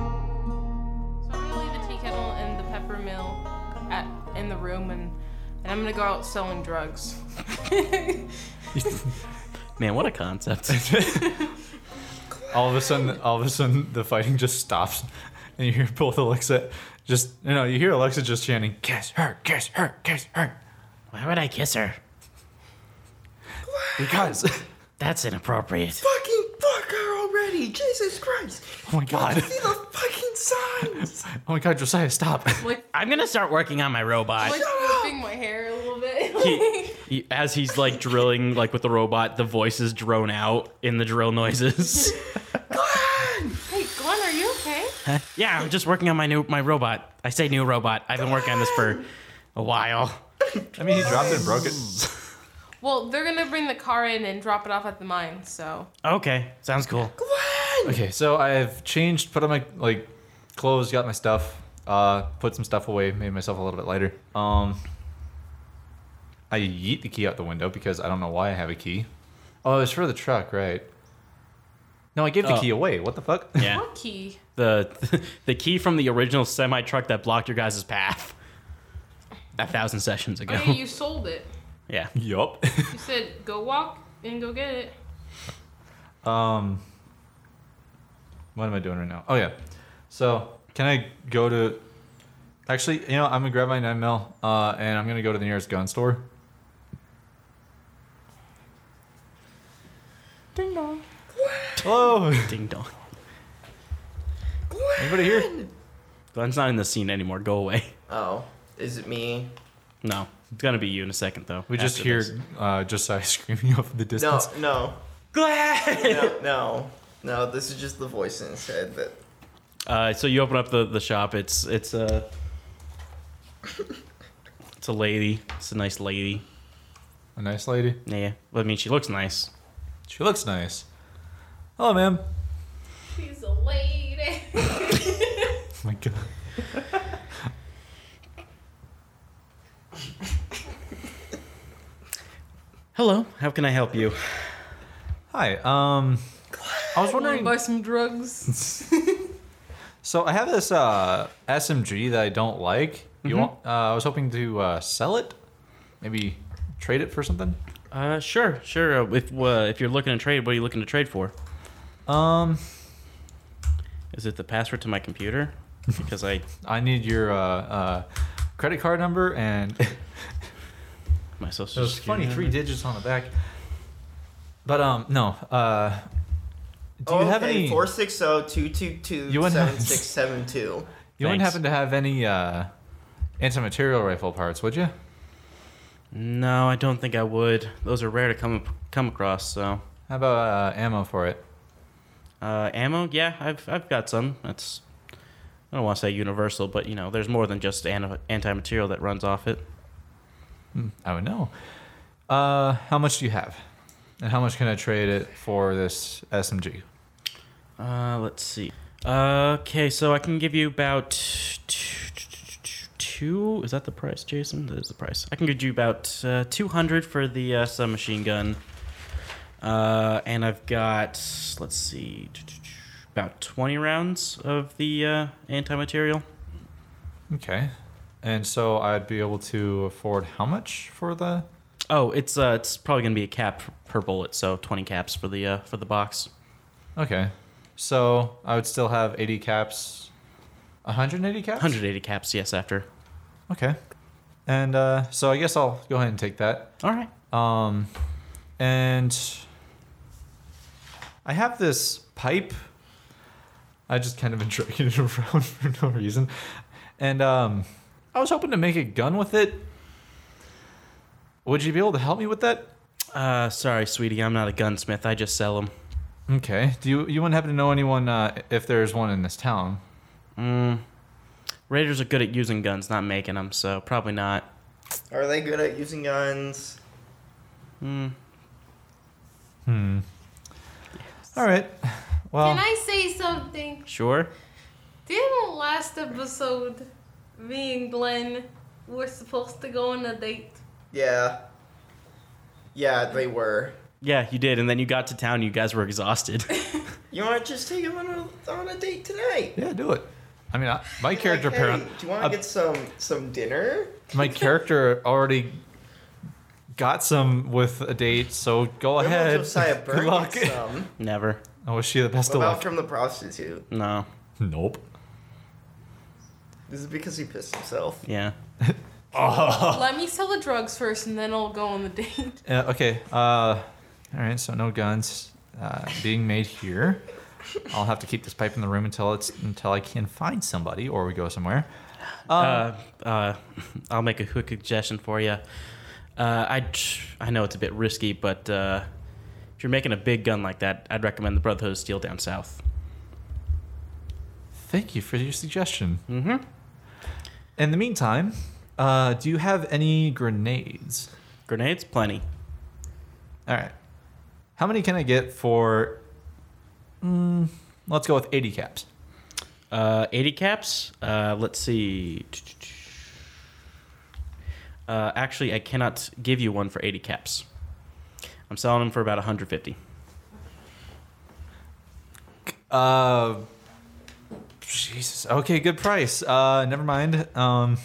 So I'm gonna leave the tea kettle and the pepper mill at, in the room, and, and I'm gonna go out selling drugs. Man, what a concept. all of a sudden, all of a sudden, the fighting just stops, and you hear both Alexa just you know you hear Alexa just chanting, "Kiss her, kiss her, kiss her," Why would I kiss her? because That's inappropriate. Fucking fuck her already! Jesus Christ! oh my god, See the fucking signs! oh my god, Josiah, stop! like, I'm gonna start working on my robot. like flipping my hair a little bit. He- he- as he's like drilling, like with the robot, the voices drone out in the drill noises. hey, Glenn, are you okay? yeah, I'm just working on my new my robot. I say new robot. I've been working on this for a while. I mean, he dropped it and broke it. Well, they're gonna bring the car in and drop it off at the mine, so. Okay, sounds cool. Okay, so I've changed, put on my like clothes, got my stuff, uh, put some stuff away, made myself a little bit lighter. Um, I yeet the key out the window because I don't know why I have a key. Oh, it was for the truck, right? No, I gave the Oh. key away. What the fuck? Yeah, What key? the the key from the original semi truck that blocked your guys' path a thousand sessions ago. Okay, Oh, you sold it. Yeah. yup. You said go walk and go get it. um, what am I doing right now? Oh yeah. So can I go to? Actually, you know, I'm gonna grab my nine mil, uh, and I'm gonna go to the nearest gun store. Ding dong. Hello. Ding dong. Anybody here? Glenn's not in the scene anymore. Go away. Oh, is it me? No, it's gonna be you in a second though. We just after hear this. uh, Josiah screaming off in the No, distance. no, Glenn. no, no, no. This is just the voice in his head that. Uh, so you open up the, the shop. It's it's a it's a lady. It's a nice lady. A nice lady. Yeah, Well, I mean she looks nice. She looks nice. Hello, ma'am. She's a lady. Oh my god. Hello, how can I help you? Hi. Um, I Wanna was wondering. buy some drugs? So I have this uh, SMG that I don't like. You want? Uh, I was hoping to uh, sell it. Maybe trade it for something. Uh, sure, sure. Uh, if uh, if you're looking to trade, what are you looking to trade for? Um, Is it the password to my computer? Because I I need your uh, uh, credit card number and my social those security. funny three number? digits on the back. But um, no. Uh, do you have any? Four six zero two two two You wouldn't have- seven six seven two. You wouldn't Thanks. happen to have any uh, anti-material rifle parts, would you? No, I don't think I would. Those are rare to come come across. So, How about uh, ammo for it? uh, ammo. Yeah, I've I've got some. That's I don't want to say universal, but you know, there's more than just anti anti-material that runs off it. Hmm, I would know. Uh, how much do you have? And how much can I trade it for this SMG? Uh, let's see. Uh, Okay, so I can give you about two. Is that the price, Jason? That is the price. I can give you about uh, two hundred for the uh, submachine gun. Uh, and I've got let's see, about twenty rounds of the uh, anti-material. Okay. And so I'd be able to afford how much for the? Oh, it's uh, it's probably gonna be a cap per bullet, so twenty caps for the uh, for the box. Okay. So I would still have 80 caps. 180 caps. Hundred eighty caps, yes. After. Okay. And uh, so I guess I'll go ahead and take that. All right. Um, and I have this pipe. I just kind of been dragging it around for no reason, and um, I was hoping to make a gun with it. Would you be able to help me with that? Uh, sorry, sweetie, I'm not a gunsmith. I just sell them. Okay. Do you you wouldn't happen to know anyone uh, if there's one in this town? Mm. Raiders are good at using guns, not making them, so probably not. Are they good at using guns? Mm. Hmm. All right. Well, Can I say something? Sure. Didn't last episode me and Glenn were supposed to go on a date? Yeah. Yeah, they were. Yeah, you did, and then you got to town. You guys were exhausted. You want to just take him on a, on a date tonight? Yeah, do it. I mean, I, my Like, character hey, parent, Do you want to uh, get some some dinner? my character already got some with a date, so go What about ahead. Josiah Burke Good luck. gets some? Never. I wish you the best What of about luck. from the prostitute? No. Nope. This is because he pissed himself. Yeah. Let me sell the drugs first, and then I'll go on the date. Uh, okay. Uh, all right. So no guns uh, being made here. I'll have to keep this pipe in the room until it's until I can find somebody or we go somewhere. Um, Uh, uh, I'll make a quick suggestion for you. Uh, I I know it's a bit risky, but uh, if you're making a big gun like that, I'd recommend the Brotherhood of Steel down south. Thank you for your suggestion. Mm-hmm. In the meantime, uh, do you have any grenades? Grenades, plenty. All right. How many can I get for? Mm, let's go with eighty caps. Uh, 80 caps. Uh, let's see. Uh, actually, I cannot give you one for 80 caps. I'm selling them for about 150. Uh, Jesus. Okay, good price. Uh, never mind. Um,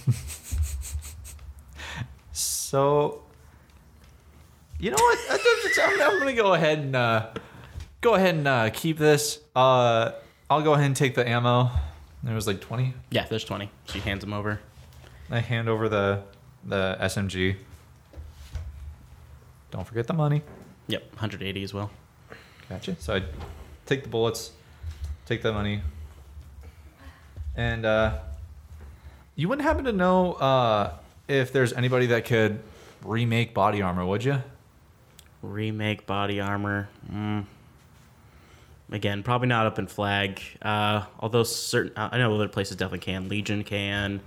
so, you know what? I think I'm, I'm gonna go ahead and uh, go ahead and uh, keep this. Uh, I'll go ahead and take the ammo. There was like 20. Yeah, there's 20. She hands them over. I hand over the the SMG. Don't forget the money. Yep, 180 as well. Gotcha. So I take the bullets, take the money, and uh, you wouldn't happen to know uh, if there's anybody that could remake body armor, would you? Remake body armor. Mm. Again, probably not up in flag. Uh, although certain, I I know other places definitely can. Legion can.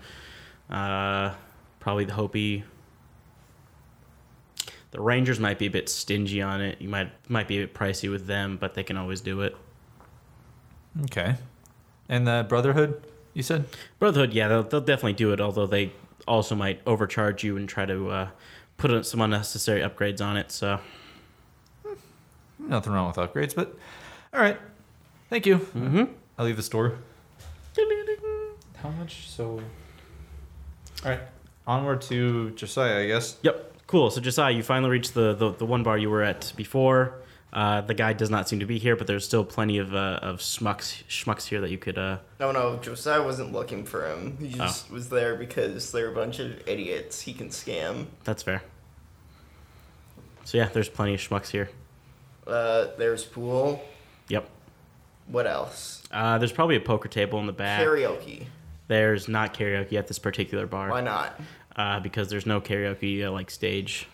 Uh, probably the Hopi. The Rangers might be a bit stingy on it. You might might be a bit pricey with them, but they can always do it. Okay. And the Brotherhood, you said? Brotherhood, yeah, they'll, they'll definitely do it. Although they also might overcharge you and try to uh, put in some unnecessary upgrades on it. So Nothing wrong with upgrades, but all right. Thank you. Mm-hmm. I leave the store. How much? So. All right. Onward to Josiah, I guess. Yep. Cool. So Josiah, you finally reached the, the, the one bar you were at before. Uh, the guy does not seem to be here, but there's still plenty of uh, of schmucks schmucks here that you could. Uh... No, no, Josiah wasn't looking for him. He just was there because they're a bunch of idiots he can scam. That's fair. So yeah, there's plenty of schmucks here. Uh, there's pool. Yep. What else? Uh, there's probably a poker table in the back. Karaoke. There's not karaoke at this particular Why bar not? uh, because there's no karaoke uh, like stage.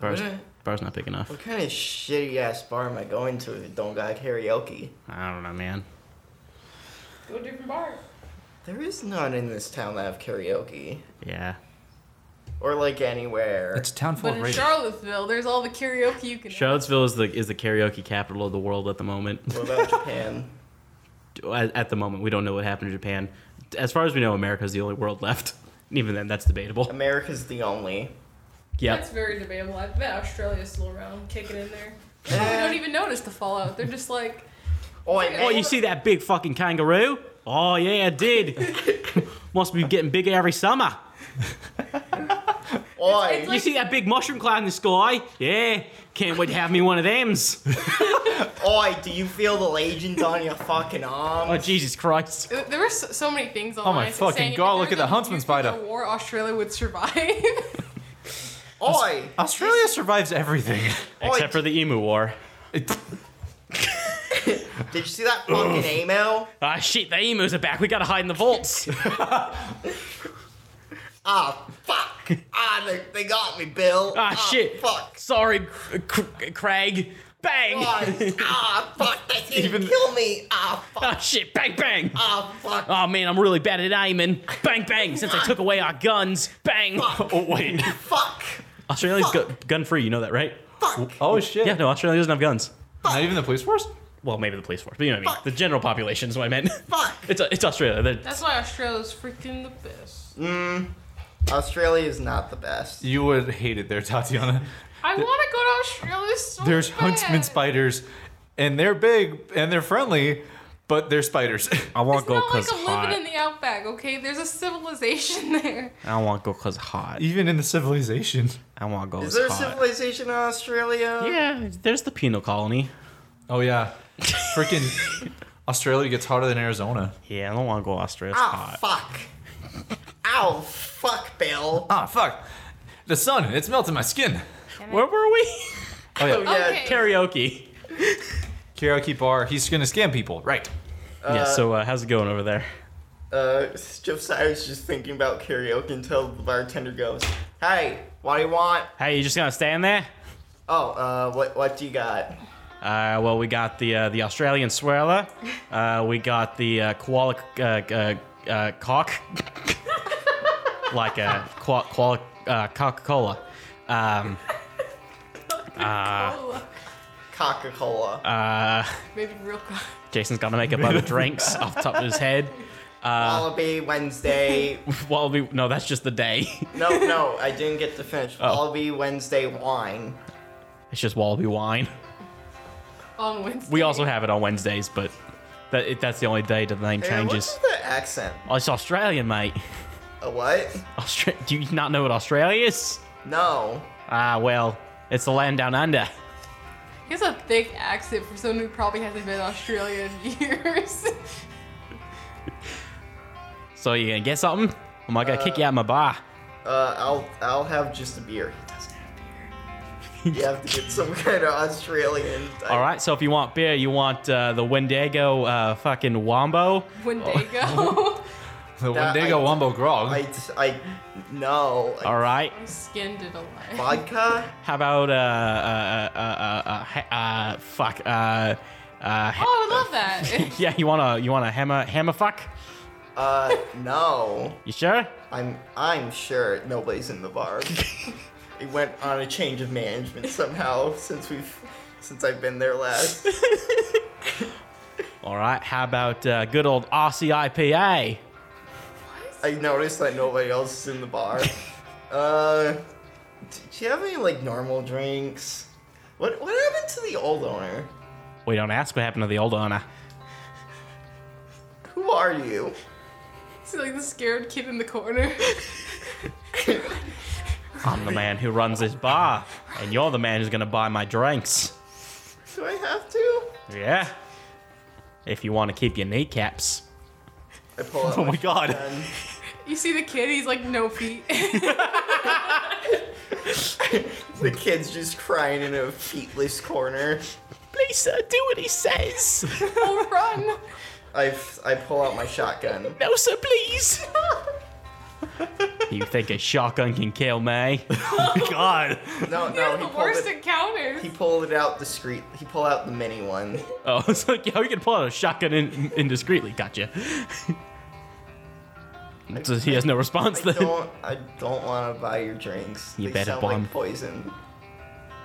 Bar's, Really? bar's not big enough. What kind of shitty ass bar am I going to if it don't got karaoke? I don't know, man. Go to a different bar. There is none in this town that have karaoke. Yeah. Or like anywhere. It's a town full But of in raiders. Charlottesville, there's all the karaoke you can. Charlottesville is the is the karaoke capital of the world at the moment. what about Japan? at, at the moment, we don't know what happened to Japan. As far as we know, America's the only world left. And even then, that's debatable. America's the only. That's Yep. very debatable. I bet Australia's still around, kicking in there. They Eh. don't even notice the fallout. They're just like, Oh, Oh, you and see that big fucking kangaroo? Oh, yeah, I did. Must be getting bigger every summer. Oi, it's You like- see that big mushroom cloud in the sky? Yeah. Can't wait to have me one of them's. oi, do you feel the legions on your fucking Oh, arm? Jesus Christ. there were so, so many things online. Oh my s- fucking saying if God, there look was a at the huntsman nuclear spider. War Australia would survive. Oi! Australia survives everything. Except for the emu war. It- Did you see that fucking email? Ah, shit, the emus are back. We gotta hide in the vaults. Ah, fuck! ah, they, they got me, Bill. Ah, shit. Fuck. Sorry, C- C- Craig. Bang! Oi, ah, fuck! They didn't Even- kill me. Ah, fuck! Ah, shit, bang, bang! Ah, fuck! Oh man, I'm really bad at aiming. Bang, bang, since I took away our guns. Bang. Oh, wait. Fuck! Australia's gu- gun free, you know that, right? Fuck! oh shit! Yeah, no, Australia doesn't have guns. Not even the police force. Well, maybe the police force, but you know what I mean. Fuck. The general population is what I meant. Fuck! It's, it's Australia. They're- That's why Australia's freaking the best. Australia is not the best. Oh, You would hate it there, Tatiana. I want to go to Australia so There's bad. huntsman spiders, and they're big and they're friendly, but they're spiders. I want It's to go not like because I'm hot. living in the outback, okay? There's a civilization there. I don't want to go because hot. Even in the civilization. I want to go Is because there a hot. civilization in Australia? yeah, there's the penal colony. Oh yeah, freaking Australia gets hotter than Arizona. Yeah, I don't want to go Australia. It's Oh, hot. fuck. Ow, fuck, Bill. Ah fuck, the sun it's melting my skin. Where were we? Oh Oh, yeah, yeah. Okay. Karaoke. karaoke bar. He's gonna scam people, right? yeah. So uh, how's it going over there? Uh, Josiah was just thinking about karaoke until the bartender goes, Hey, what do you want? Hey, you just gonna stand there? Oh, uh, what, what do you got? Uh, well, we got the uh, the Australian swirler. Uh, we got the uh, koala uh, uh, uh, cock, like a koala, koala uh, Coca Cola. Um, Ah. Oh, Coca Cola. maybe real quick. Jason's gonna make up other drinks off the top of his head. Uh. Wallaby Wednesday. Well, we, no, that's just the day. no, no, I didn't get to finish. Wallaby Wednesday wine. It's just Wallaby wine. On Wednesday. We also have it on Wednesdays, but that, it, that's the only day the name Hey, changes. What's the accent? Oh, it's Australian, mate. A what? Austra- Do you not know what Australia is? No. Ah, well, it's the land down under. He has a thick accent for someone who probably hasn't been to Australia in years. So you gonna get something? I'm not gonna kick you out of my bar. Uh, I'll I'll have just a beer. You have to get some kind of Australian. type. All right. So if you want beer, you want uh, the Wendigo uh, fucking Wombo. when they go, Oh. The Nah, Wendigo I- Wombo Grog. I I no. All right. I skinned it alive. Vodka. How about uh uh uh uh, uh, ha- uh fuck uh uh ha- Oh, I love that. yeah you want to you want to hammer hammer fuck? Uh, no. You sure? I'm I'm sure nobody's in the bar. it went on a change of management somehow since we've since I've been there last. All right. How about uh, good old Aussie IPA? I noticed that nobody else is in the bar. Uh, d- do you have any like normal drinks? What what happened to the old owner? We don't ask what happened to the old owner. Who are you? It's like the scared kid in the corner. I'm the man who runs this bar, and you're the man who's gonna buy my drinks. Do I have to? Yeah. If you want to keep your kneecaps. I pull out. Oh my god. gun. You see the kid? He's like no feet. The kid's just crying in a feetless corner. Please, sir, do what he says. oh, run! I I pull out my shotgun. No, sir, please. you think a shotgun can kill me? oh my god. No no They're he the pulled worst it. encounters. He pulled it out discreet. He pulled out the mini one. Oh, it's like, yeah, we can pull out a shotgun in, indiscreetly. Gotcha. so he has no response I then. don't. I don't want to buy your drinks. You they better sound bomb. like poison.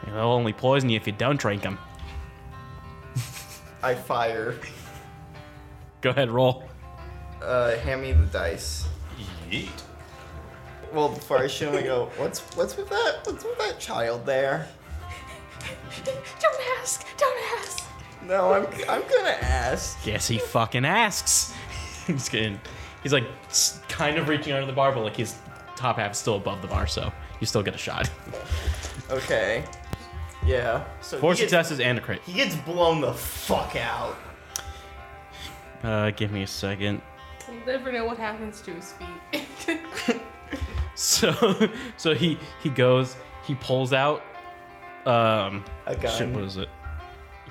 They'll only poison you if you don't drink them. I fire. Go ahead, roll. Uh, hand me the dice. Yeet. Well, before I shoot him, I go, what's what's with that? What's with that child there? Don't ask. Don't ask. No, I'm I'm gonna ask. Guess he fucking asks. he's getting, he's like s- kind of reaching under the bar, but like his top half's still above the bar, so you still get a shot. Okay. Yeah. So Four he gets- successes and a crit. He gets blown the fuck out. Uh, give me a second. We'll never know what happens to his feet. So, so he he goes, he pulls out, um, A gun. shit, what is it?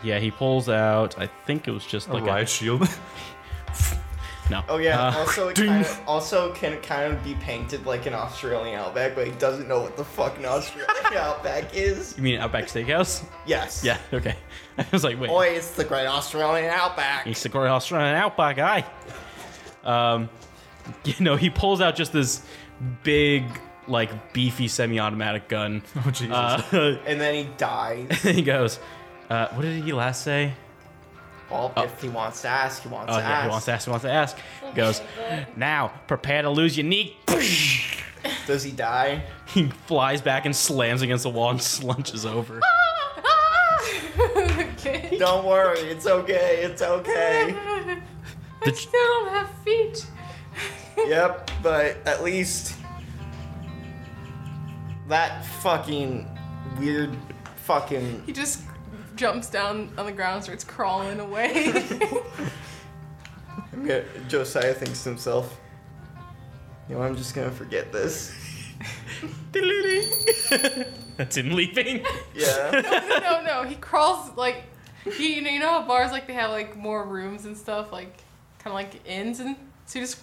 Yeah, he pulls out. I think it was just like riot shield. a no. Oh yeah. Uh, also, it kind of also can kind of be painted like an Australian outback, but he doesn't know what the fuck an Australian outback is. you mean Outback Steakhouse? Yes. Yeah. Okay. I was like, wait, Boy, it's the great Australian outback. he's the great Australian Outback guy. Um, you know, he pulls out just this big, like beefy semi-automatic gun. oh Jesus. Uh, And then he dies. he goes, uh, what did he last say? Well, if he wants to ask, he wants Oh to yeah, ask. he wants to ask. He wants to ask. Ah, Goes now. Prepare to lose your knee. Does he die? He flies back and slams against the wall and slunches over. ah, okay. Don't worry, it's okay, it's okay. I The- still don't have feet. Yep, but at least that fucking weird fucking He just jumps down on the ground and starts crawling away. I'm gonna- Josiah thinks to himself, you know, I'm just gonna forget this. That's him leaving. Yeah. no, no, no. He crawls like he. You know, you know how bars like they have like more rooms and stuff, like kind of like inns, and so he just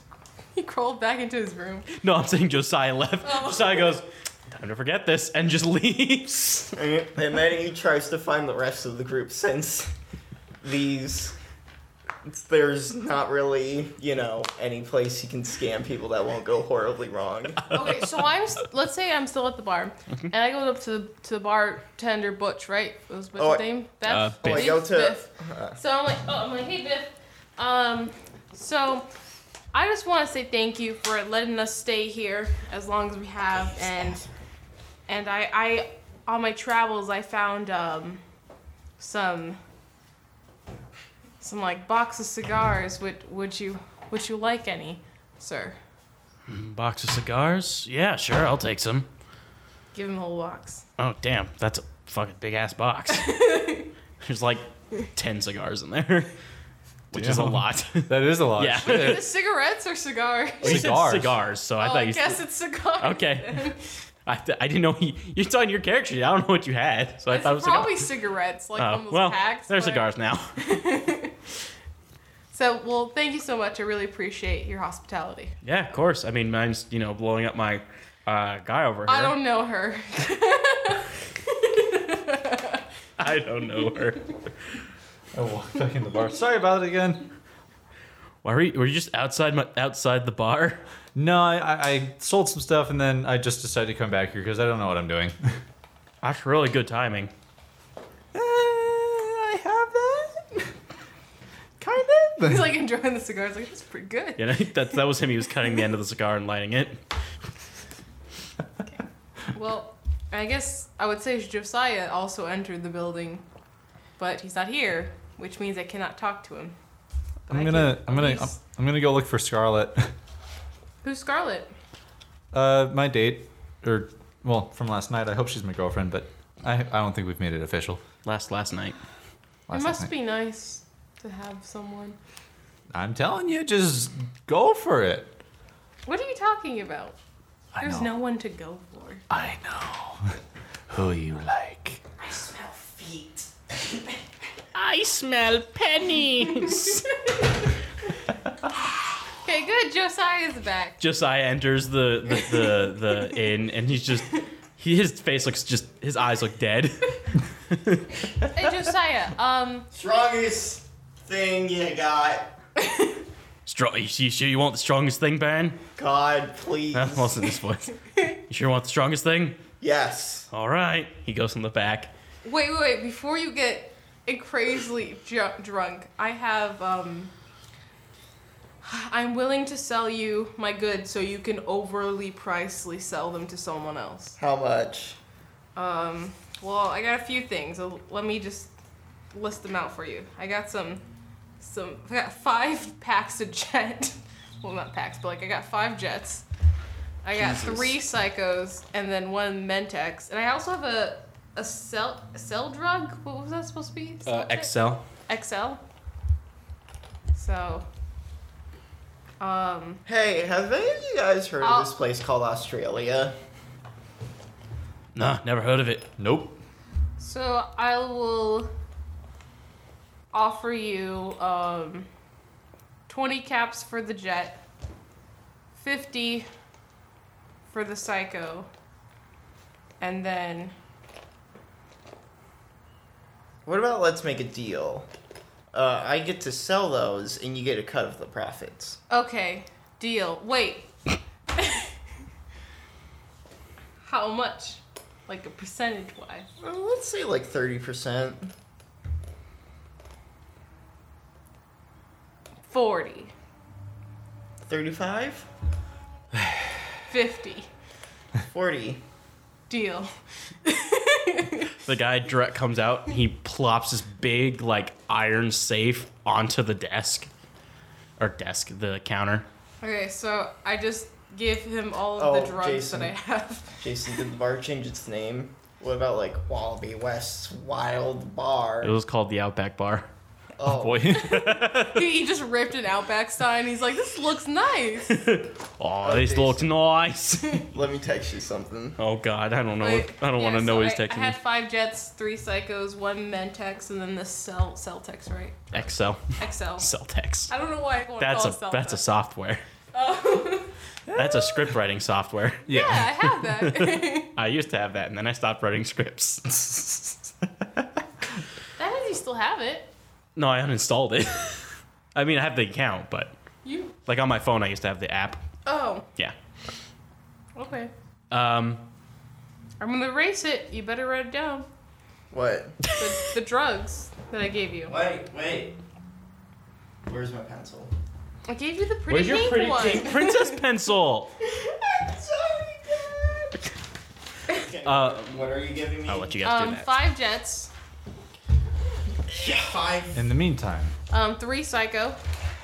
he crawled back into his room. No, I'm saying Josiah left. Oh. Josiah goes, time to forget this, and just leaves. and and then he tries to find the rest of the group since these. There's not really, you know, any place he can scam people that won't go horribly wrong. Okay, so I'm. s- Let's say I'm still at the bar, Mm-hmm. and I go up to the to the bartender Butch, right? That was Butch's Oh, I- name. uh, Beth. Biff. Oh, I go to- uh, Biff. So I'm like, oh, I'm like, hey Biff. Um, so I just want to say thank you for letting us stay here as long as we have, and and I I on my travels I found um some some like box of cigars. Would would you would you like any, sir? Box of cigars? Yeah, sure, I'll take some. Give him a whole box. Oh, damn, that's a fucking big ass box. There's like 10 cigars in there, which is a Damn. lot. That is a lot. Yeah. Shit. The cigares or cigars? He said Cigars. cigars, so I oh, thought I you guess it's cigars. Okay. I, th- I didn't know he, you saw in your character. sheet, I don't know what you had, so I It's thought it was probably cigars. cigarettes, like Oh, one of those well, packs. they're but- cigars now. So, well, thank you so much. I really appreciate your hospitality. Yeah, of course. I mean, mine's you know blowing up my uh, guy over here. I don't know her. I don't know her. I walked back in Oh, the bar. Sorry about it again. Why were you, were you just outside my outside the bar? No, I, I, I sold some stuff and then I just decided to come back here because I don't know what I'm doing. That's really good timing. Eh, I have that. kind He's like enjoying the cigars. Like that's pretty good. You know, that that was him. He was cutting the end of the cigar and lighting it. Well, I guess I would say Josiah also entered the building, but he's not here, which means I cannot talk to him. But I I'm gonna, can I'm gonna, at I'm, least- I'm gonna go look for Scarlet. Who's Scarlet? Uh, my date, or well, from last night. I hope she's my girlfriend, but I, I don't think we've made it official. Last last night. Last it must night. be nice to have someone. I'm telling you, just go for it. What are you talking about? I There's know. no one to go for. I know. Who you like? I smell feet. I smell pennies. Okay, good. Josiah's back. Josiah enters the the, the the inn and he's just he, his face looks just his eyes look dead. Hey, Josiah. Um, Strongest thing you got. Strong, you, you sure you want the strongest thing, Baron? God, please. That wasn't his voice. You sure want the strongest thing? Yes. All right. He goes in the back. wait, wait, wait. Before you get crazily ju- drunk, I have um. I'm willing to sell you my goods so you can overly pricely sell them to someone else. How much? Um, well, I got a few things. So let me just list them out for you. I got some, some. I got five packs of jet. Well, not packs, but like I got five jets. I got Jesus. three psychos and then one Mentex, and I also have a a cell cell drug. What was that supposed to be? Uh, Cell check? Excel. XL. So. Um. Hey, have any of you guys heard I'll- of this place called Australia? Nah, never heard of it. Nope. So I will offer you um, 20 caps for the jet, 50 for the psycho, and then What about let's make a deal? Uh, I get to sell those, and you get a cut of the profits. okay, deal. Wait. How much? Like a percentage wise. Uh, let's say like thirty percent. 40, Thirty-five? 50, Forty. Deal. The guy direct comes out and he plops this big like iron safe onto the desk or desk the counter. okay, so I just give him all of Oh, the drugs Jason. that I have. Jason, did the bar change its name? What about like Wallaby West's Wild Bar? It was called the Outback Bar. oh, Boy, he, he just ripped an Outback sign. He's like, this looks nice. oh, this looks nice. let me text you something. Oh God, I don't know. Wait, I don't yeah, want to know so his I, I texting. had five jets, three psychos, one mentex, and then this cell cell text, right? Excel, Excel. Excel text. I don't know why I want That's to a call it that's a Celtex. software. Oh, That's a script writing software. yeah, I have that. I used to have that, and then I stopped writing scripts. that means you still have it. no, I uninstalled it. I mean, I have the account, but You. like on my phone, I used to have the app. Oh, Yeah. okay. Um, I'm gonna erase it. You better write it down. What? The, the drugs that I gave you. Wait, wait. Where's my pencil? I gave you the pretty where's your pink pretty one. Um, pink princess pencil? I'm sorry, Dad. Okay, Uh, what are you giving me? I'll let you guys Um, do that. five jets, Five. In the meantime, um, three psycho.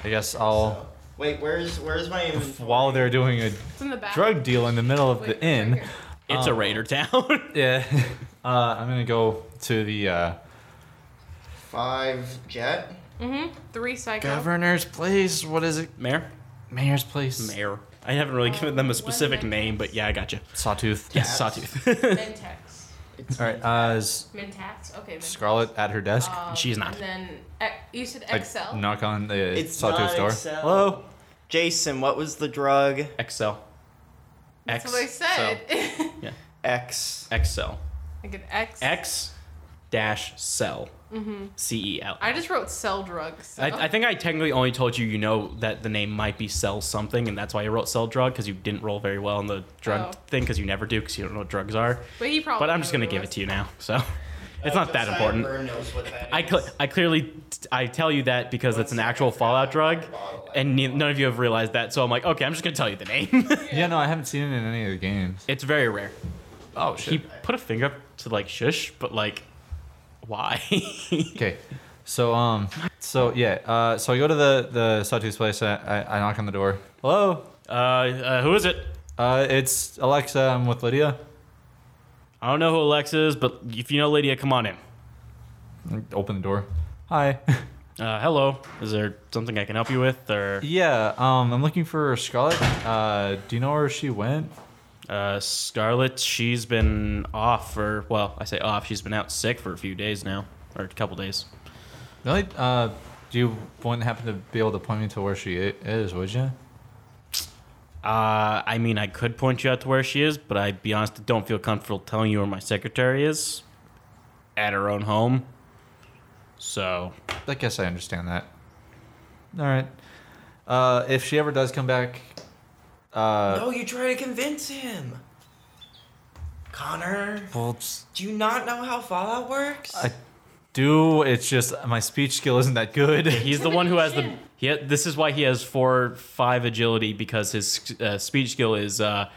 I guess I'll. So- Wait, where's where's my inventory? While they're doing a It's in the back. drug deal in the middle of Wait, the right inn, here. it's a raider town. yeah, uh, I'm gonna go to the uh, Five jet. Mhm. Three psycho. governor's place. What is it? Mayor, Mayor's place. mayor. I haven't really given them a what specific am I- name, but yeah, I got you. Sawtooth. Yes, Yes. Sawtooth. Mentex. It's All right. Uh, is Mentats. Okay. Mentats. Scarlet at her desk? Um, She's not. And then ec- you said I Excel. knock on the It's Sawtooth not door. Excel. Hello. Jason, what was the drug? Excel. That's what I said. X. Excel. like an X. X dash cell. C E L. Mm-hmm. I just wrote cell drugs. So. I, I think I technically only told you you know that the name might be cell something, and that's why you wrote cell drug because you didn't roll very well on the drug Oh. thing because you never do because you don't know what drugs are. but he probably. But I'm just gonna give it to you now, so it's not that important. Knows what that I cl- I clearly I tell you that because it's an actual Fallout drug, and ne- none of you have realized that. So I'm like, okay, I'm just gonna tell you the name. Yeah. no, I haven't seen it in any of the games. it's very rare. Oh He put a finger up to like shush, but like, why? Okay. So um, so yeah, uh, so I go to the the Sawtooth's place. I, I, I knock on the door. Hello. uh, uh, who is it? Uh, it's Alexa. I'm with Lydia. I don't know who Alexa is, but if you know Lydia, come on in. I Open the door. Hi. Uh, hello. Is there something I can help you with, or yeah. Um, I'm looking for Scarlett. Uh, do you know where she went? uh, Scarlet? She's been off for well, I say off. She's been out sick for a few days now, or a couple days. Really? Uh, do you wouldn't happen to be able to point me to where she i- is, would you? Uh, I mean, I could point you out to where she is, but I'd be honest, I don't feel comfortable telling you where my secretary is at her own home. So, I guess I understand that. All right. Uh, if she ever does come back, uh, No, you try to convince him. Connor, well, it's- do you not know how Fallout works? I do. It's just my speech skill isn't that good. he's the one who has the. He ha- this is why he has four, five agility because his uh, speech skill is uh,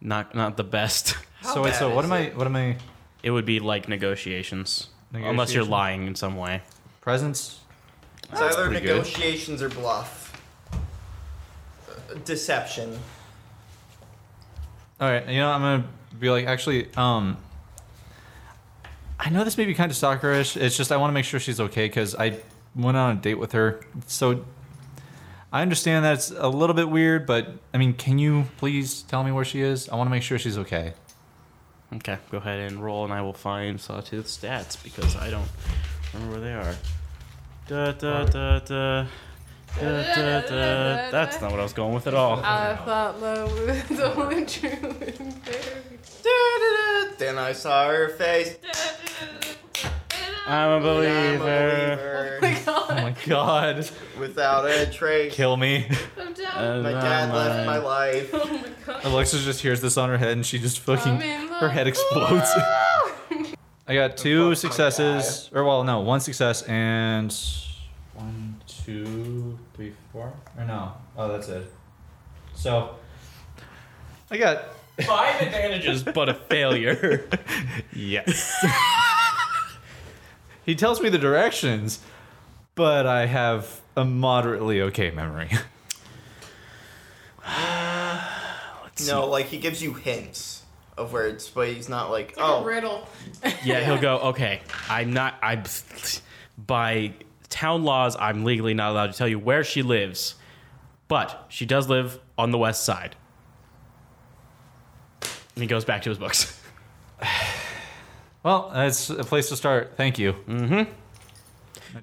not not the best. How so wait, so bad what is am I? it? What am I? It would be like negotiations, unless you're Negotiation? lying in some way. Presence. It's either pretty good. negotiations or bluff. Uh, Deception. All right. You know, I'm gonna be like, actually, um, I know this may be kind of stalkerish. It's just I want to make sure she's okay because I went on a date with her. So I understand that it's a little bit weird, but I mean, can you please tell me where she is? I want to make sure she's okay. Okay, go ahead and roll, and I will find Sawtooth stats because I don't remember where they are. Da, da, da, da. Da, da, da. That's not what I was going with at all. I thought love was the only true and fair. Da-da-da, Then I saw her face. I'm a I'm a believer. Oh believer. my god. Oh my god. Without a trace. Kill me. I'm down. And uh, My dad I'm left a- my life. oh my god. Alexa just hears this on her head and she just fucking. I'm in Her love. head explodes. I got Oh two my successes, or well, no, one success and one, two, three, four, or no. Oh, that's it. So I got Five advantages, but a failure. Yes. he tells me the directions, but I have a moderately okay memory. No, like he gives you hints of words, but he's not like, Like a oh, riddle. Yeah, he'll go, okay, I'm not, I'm, by town laws, I'm legally not allowed to tell you where she lives, but she does live on the west side. And he goes back to his books. Well, that's a place to start. Thank you. Mm.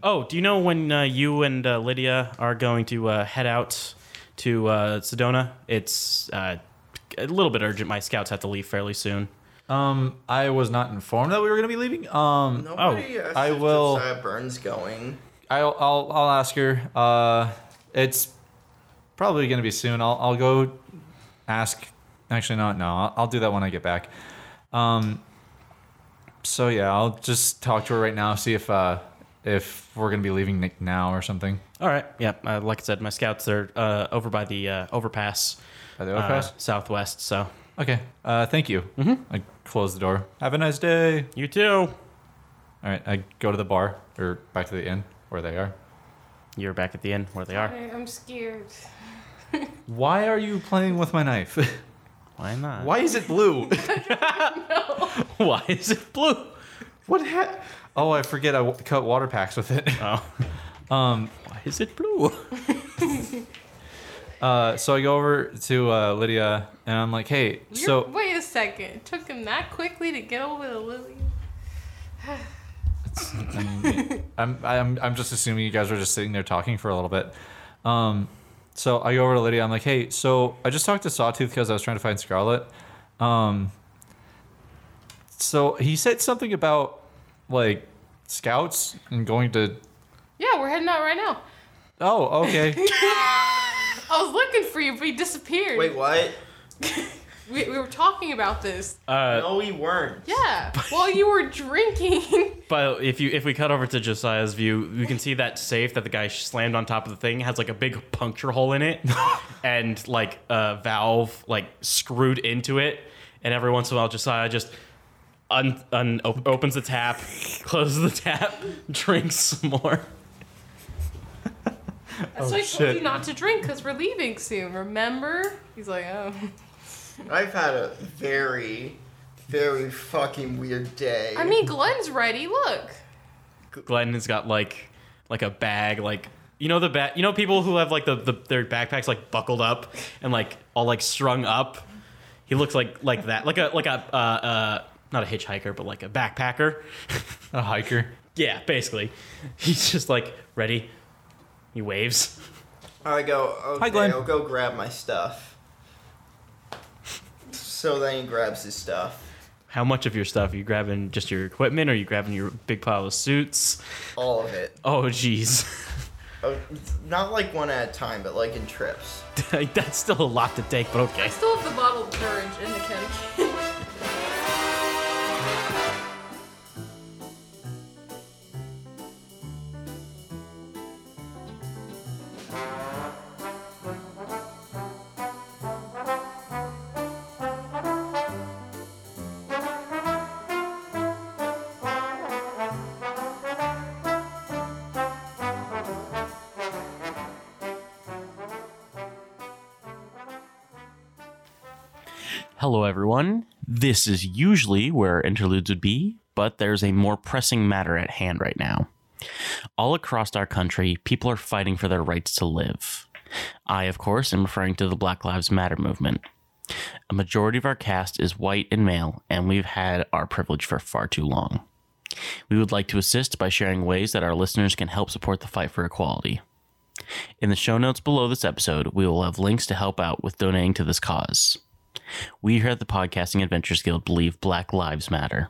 Oh, do you know when uh, you and uh, Lydia are going to uh, head out to uh, Sedona? It's uh, a little bit urgent. My scouts have to leave fairly soon. Um, I was not informed that we were going to be leaving. Um, nobody asked I if will- Josiah Burns going. I'll, I'll I'll ask her. Uh, it's probably gonna be soon. I'll I'll go ask. Actually, no, no. I'll, I'll do that when I get back. Um. So yeah, I'll just talk to her right now. See if uh if we're gonna be leaving Nick now or something. All right. Yeah. Uh, like I said, my scouts are uh, over by the uh, overpass, By the uh, overpass. southwest. So okay. Uh, thank you. Mm-hmm. I close the door. Have a nice day. you too. All right. I go to the bar or back to the inn where they are. You're back at the inn where they are. I- I'm scared. Why are you playing with my knife? Why not? Why is it blue? Why is it blue? What ha- Oh, I forget I w- cut water packs with it. Oh, Um, why is it blue? uh, so I go over to uh, Lydia and I'm like, "Hey, You're, so wait a second. It took him that quickly to get over the lily. I'm, I'm I'm just assuming you guys were just sitting there talking for a little bit." Um, so I go over to Lydia. I'm like, "Hey, so I just talked to Sawtooth because I was trying to find Scarlet. Um, so he said something about like scouts and going to. Yeah, we're heading out right now. Oh, okay. I was looking for you, but you disappeared. Wait, what? We, we were talking about this. Uh, No, we weren't. Yeah. While you were drinking. But if you if we cut over to Josiah's view, you can see that safe that the guy slammed on top of the thing has like a big puncture hole in it, and like a valve like screwed into it. And every once in a while, Josiah just un, un op- opens the tap, closes the tap, drinks some more. That's why I told shit. you not to drink because we're leaving soon, remember? He's like, oh. I've had a very, very fucking weird day. I mean, Glenn's ready. Look. Glenn has got like like a bag like. You know the ba- you know people who have like the, the their backpacks like buckled up and like all like strung up. He looks like like that like a like a uh, uh, not a hitchhiker but like a backpacker. a hiker. Yeah, basically. He's just like, ready. He waves. I go, okay, Glenn. I'll go grab my stuff. So then he grabs his stuff. How much of your stuff? Are you grabbing just your equipment? Or are you grabbing your big pile of suits? All of it. Oh, jeez. Oh, not like one at a time, but like in trips. That's still a lot to take, but I okay. still have the bottle of courage in the keg. Hello, everyone. This is usually where interludes would be, but there's a more pressing matter at hand right now. All across our country, people are fighting for their rights to live. I, of course, am referring to the Black Lives Matter movement. A majority of our cast is white and male, and we've had our privilege for far too long. We would like to assist by sharing ways that our listeners can help support the fight for equality. In the show notes below this episode, we will have links to help out with donating to this cause we here at the Podcasting Adventures Guild believe Black Lives Matter.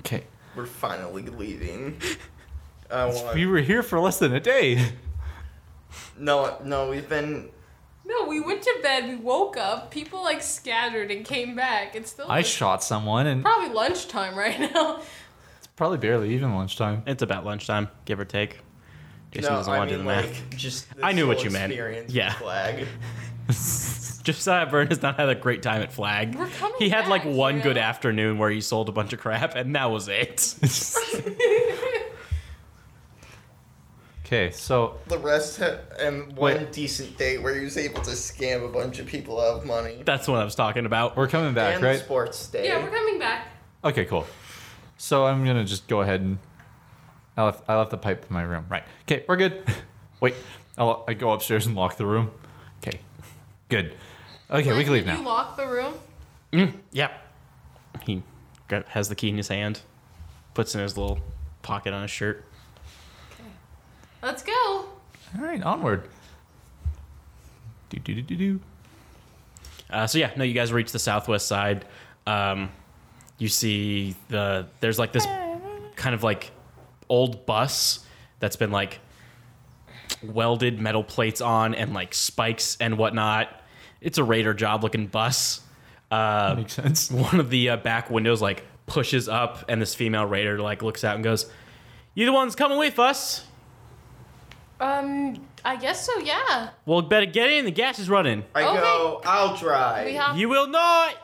Okay. We're finally leaving. I want. We were here for less than a day. No, no, we've been. No, we went to bed, we woke up, people like scattered and came back. It's still I like, shot someone, and probably lunchtime right now. it's probably barely even lunchtime. It's about lunchtime, give or take. Jason no, doesn't I want to do mean, the math. like, just. I this knew what whole you meant. experience Yeah. with Flag. Josiah Byrne has not had a great time at Flag. We're coming He had like back, one you good know? afternoon where he sold a bunch of crap, and that was it. Okay, so The rest ha- and one Wait. decent day where he was able to scam a bunch of people out of money. That's what I was talking about. we're coming back, and right? the sports day. yeah, we're coming back. Okay, cool. So I'm gonna just go ahead and I left, I left the pipe in my room. Right. Okay, we're good. Wait, I'll, I go upstairs and lock the room. Okay, good. Okay, we Like, can leave did You now. lock the room. Yep. He gra- has the key in his hand, puts it in his little pocket on his shirt. Let's go. All right, onward. Do do do do do. Uh, so yeah, no, you guys reach the southwest side. Um, you see the there's like this kind of like old bus that's been like welded metal plates on and like spikes and whatnot. It's a raider job looking bus. Uh, Makes sense. one of the uh, back windows like pushes up and this female raider like looks out and goes, "You the ones coming with us? Um, I guess so. Yeah. Well, better get in. The gas is running. I Okay. go. I'll drive. We have. You will not."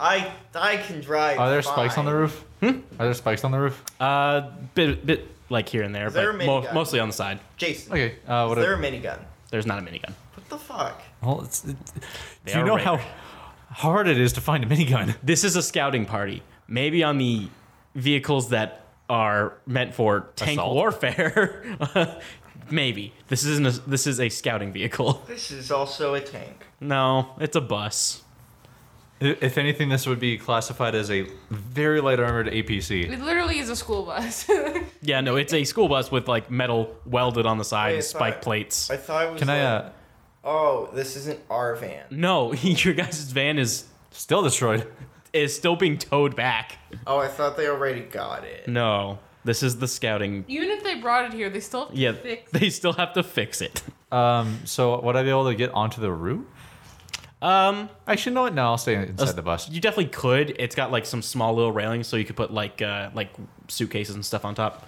I I can drive. Are there spikes on the fine. Hmm? roof? Are there spikes on the roof? Uh, bit bit like here and there, there a but mo- minigun? mostly on the side. Jason, Okay. Uh, is what? there a minigun? There's not a minigun. What the fuck? well, it's, it, They do you are know rare. how hard it is to find a minigun? This is a scouting party. Maybe on the vehicles that are meant for tank Assault? warfare. Maybe this isn't. A, this is a scouting vehicle. This is also a tank. No, it's a bus. I- If anything, this would be classified as a very light armored APC. It literally is a school bus. Yeah, no, it's a school bus with like metal welded on the side, Wait, and I thought- spike plates. I thought it was. Can I? like, Uh, Oh, this isn't our van. No, your guys' van is still destroyed. is still being towed back. Oh, I thought they already got it. No, this is the scouting. Even if they brought it here, they still have to Yeah, fix. they still have to fix it. Um, so would I be able to get onto the roof? Um, Actually, no. No, I'll stay inside the bus. You definitely could. It's got like some small little railings, so you could put like uh, like suitcases and stuff on top.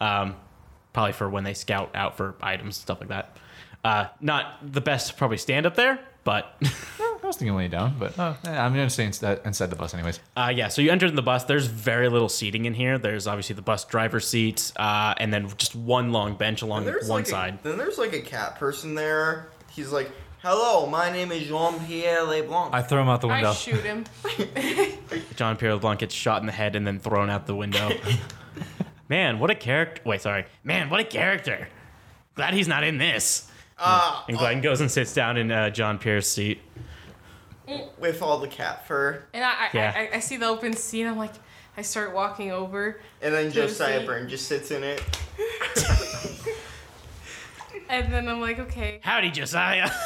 Um, probably for when they scout out for items and stuff like that. Uh, not the best to probably stand up there, but I was thinking lay down, but uh, eh, I'm gonna stay inside, inside the bus anyways. uh, yeah. So you entered in the bus. There's very little seating in here. There's obviously the bus driver's seat, uh, and then just one long bench along There's Mm, one like side. A, then there's like a cat person there. He's like, "Hello, my name is Jean Pierre Leblanc." I throw him out the window. I shoot him. John Pierre LeBlanc gets shot in the head and then thrown out the window. Man, what a character! Wait, sorry. Man, what a character! Glad he's not in this. Ah, And Glenn goes and sits down in uh, John Pierre's seat. with all the cat fur, And I, I, Yeah. I, I see the open seat. I'm like, I start walking over, and then Can I Josiah see? Byrne just sits in it. and then I'm like, okay, Howdy, Josiah.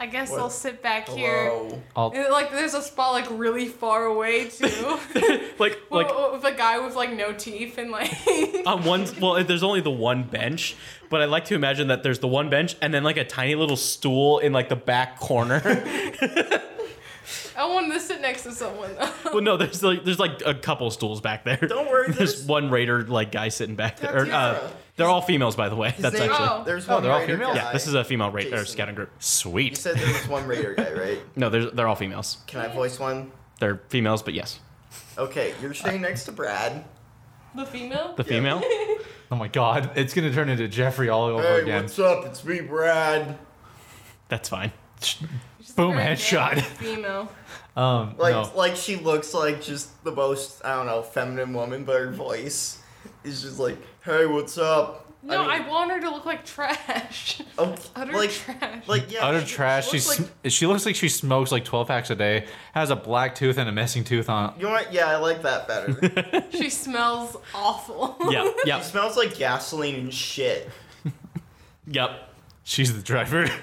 I guess What? I'll sit back here. Hello. Oh, I'll, And, like, there's a spot like really far away too, like, like Uh. with a guy with like no teeth and like. on one. Well, there's only the one bench, but I like to imagine that there's the one bench and then like a tiny little stool in like the back corner. I wanted to sit next to someone. though. well, no, there's like there's like a couple stools back there. Don't worry, There's there's- one raider like guy sitting back there. Or, uh, Tatiana. they're all females, by the way. His That's name- actually. Oh. There's Oh, one they're all raider female? guy. Yeah, this is a female raider or Jason. scouting group. You Sweet. said there was one raider guy, right? No, they're they're all females. Can I voice one? They're females, but yes, Okay, you're Uh, staying next to Brad. the female. the female. oh my god, it's gonna turn into Jeffrey all over Hey, again. what's up? It's me, Brad. That's fine. She's Boom, very headshot. damn Female. Um, Like, no. like she looks like just the most I don't know feminine woman, but her voice is just like, "Hey, what's up?" No, I, mean, want her to look like trash. oh, utter like, trash. Like yeah, Utter she- she trash. She looks sm like, she looks like she smokes like 12 packs a day. Has a black tooth and a missing tooth on. you know what? Yeah, I like that better. she smells awful. Yeah, It yep, smells like gasoline and shit. yep. She's the driver.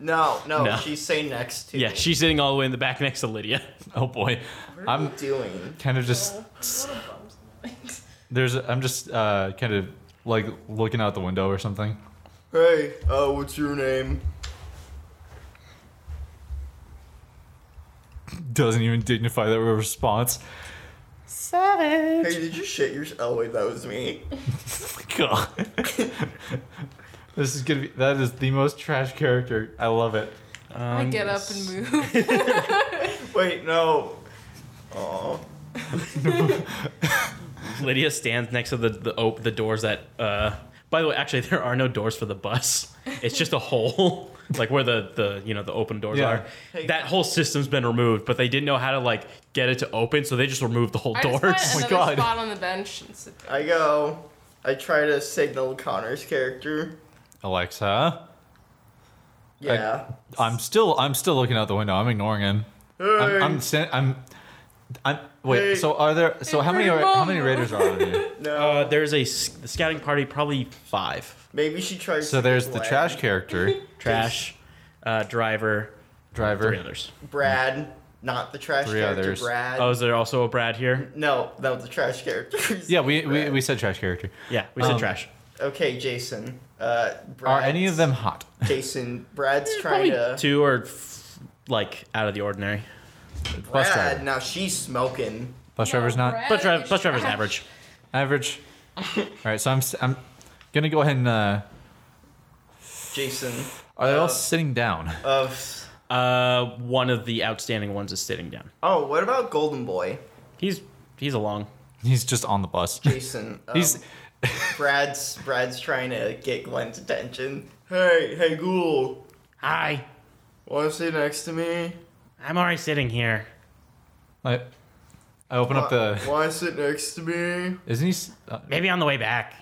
No, no, No. she's sitting next to. Yeah, she's sitting all the way in the back next to Lydia. Oh boy, I'm I'm doing. kind of just there's I'm just uh, kind of like looking out the window or something. Hey, uh, what's your name? Doesn't even dignify that response. Hey, did you shit your? Oh wait, that was me. God, this is gonna be that is the most trash character. I love it. I Um, get up and move. Wait, no. Oh, Lydia stands next to the the, op- the doors that. Uh, by the way, actually, there are no doors for the bus. It's just a hole, like where the, the you know the open doors Yeah. are. Hey. That whole system's been removed, but they didn't know how to like get it to open, so they just removed the whole I doors. just find another God. spot on the bench and sit there. I go. I try to signal Connor's character. Alexa, Yeah. I'm still I'm still looking out the window. I'm ignoring him. Hey. I'm I'm sta- I'm, I'm wait. Hey. So are there? So how many are, how many raiders are on here? no. Uh, there's a s- the scouting party, probably five. Maybe she tried. So there's the trash character, Trash, uh, driver, driver. three others. Brad, not the trash Three character. others. Brad. Oh, is there also a Brad here? No, that was the trash character. Yeah, we, we Brad. we said trash character. Yeah, we said Um, trash. Okay, Jason. Uh, Are Brad, any of them hot? Jason, Brad's Probably trying to. two or f- like out of the ordinary. Bus Brad, driver. now she's smoking. Bus driver's not Brad Bus, driver, is bus driver's trash. average. average. All right, so I'm s- I'm gonna go ahead and. Uh, Jason, are they Uh, all sitting down? of. Uh, one of the outstanding ones is sitting down. Oh, what about Golden Boy? He's he's along. He's just on the bus. Jason. Um, He's Brad's Brad's trying to get Glenn's attention. Hey, hey, ghoul. Hi, Want to sit next to me? I'm already sitting here. I, I open up the. Want to Uh, sit next to me? Isn't he? s- Uh, Maybe on the way back.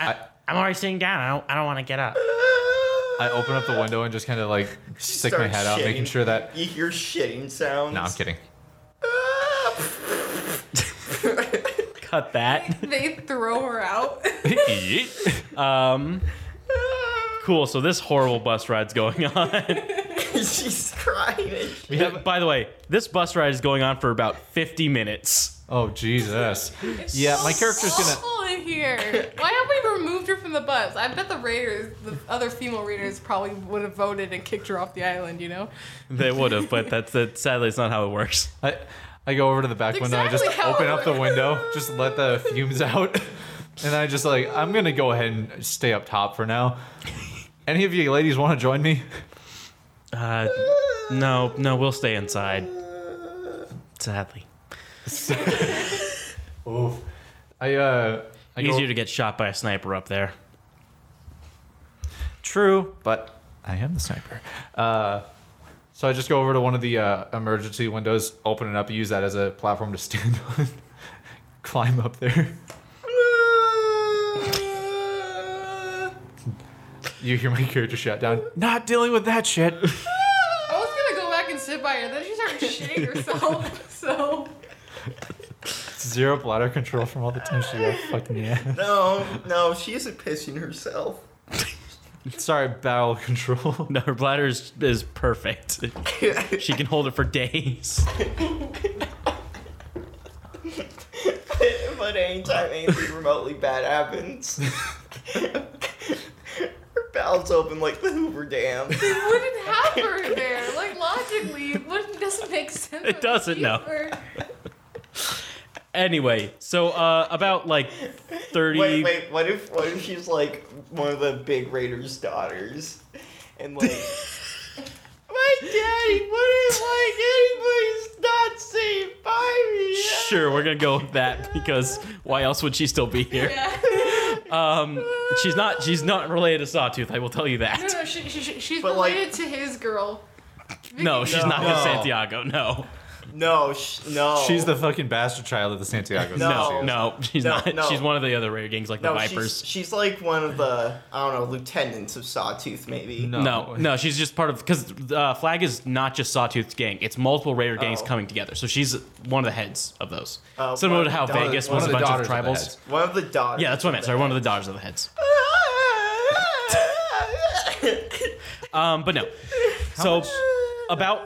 I, I- I'm already sitting down. I don't I don't want to get up. I open up the window and just kind of like stick my Start head out, making shitting. sure that. You hear shitting sounds. Ah! No, I'm kidding. Cut that. They throw her out. Um, cool. So this horrible bus ride's going on. She's crying. We have. By the way, this bus ride is going on for about 50 minutes. Oh Jesus. Yeah, my character's gonna. Awful in here. Why have we removed her from the bus? I bet the raiders, the other female raiders, probably would have voted and kicked her off the island. You know, They would have, but that's that. Sadly, it's not how it works. I, I go over to the back That's window. I just exactly how open it up the works. window, just let the fumes out, and I just like I'm gonna go ahead and stay up top for now. Any of you ladies want to join me? Uh, no, no, we'll stay inside. Sadly, Oof. I uh. I go- easier to get shot by a sniper up there. True, but I am the sniper. Uh, so I just go over to one of the uh, emergency windows, open it up, use that as a platform to stand on, climb up there. You hear my character shout down. Not dealing with that shit. I was gonna go back and sit by her, then she started shitting herself. So Zero bladder control from all the time she got fucking yeah. No, no, she isn't pissing herself. Sorry, bowel control. No, her bladder is, is perfect. she can hold it for days. but anytime anything remotely bad happens, her bowels open like the Hoover Dam. they wouldn't have her there. Like logically, it wouldn't doesn't make sense. It doesn't, no. Keep her. Anyway, so uh, about like 30. Wait, wait, what if what if she's like one of the big Raiders' daughters? And like My daddy wouldn't like anybody's not saved by me. Sure, we're gonna go with that because why else would she still be here? Yeah. Um, she's not. She's not related to Sawtooth. I will tell you No, that. no, she, she, she- she's But, like- related to his girl. No, she's not No. with Santiago. No, No, sh- no. She's the fucking bastard child of the Santiago. no, No. no. She's No, not. no. She's one of the other rare gangs, like the no, Vipers. She's, she's like one of the I don't know lieutenants of Sawtooth, maybe. No. No, no, she's just part of because uh, Flag is not just Sawtooth's gang; it's multiple Raider gangs Oh. coming together. So she's one of the heads of those. Uh, Similar one to of how the daughters- Vegas one was of a the bunch of daughters of the tribals. heads. One of the daughters. yeah, that's what I meant. Sorry, one of the daughters of the heads. Um, but no. so about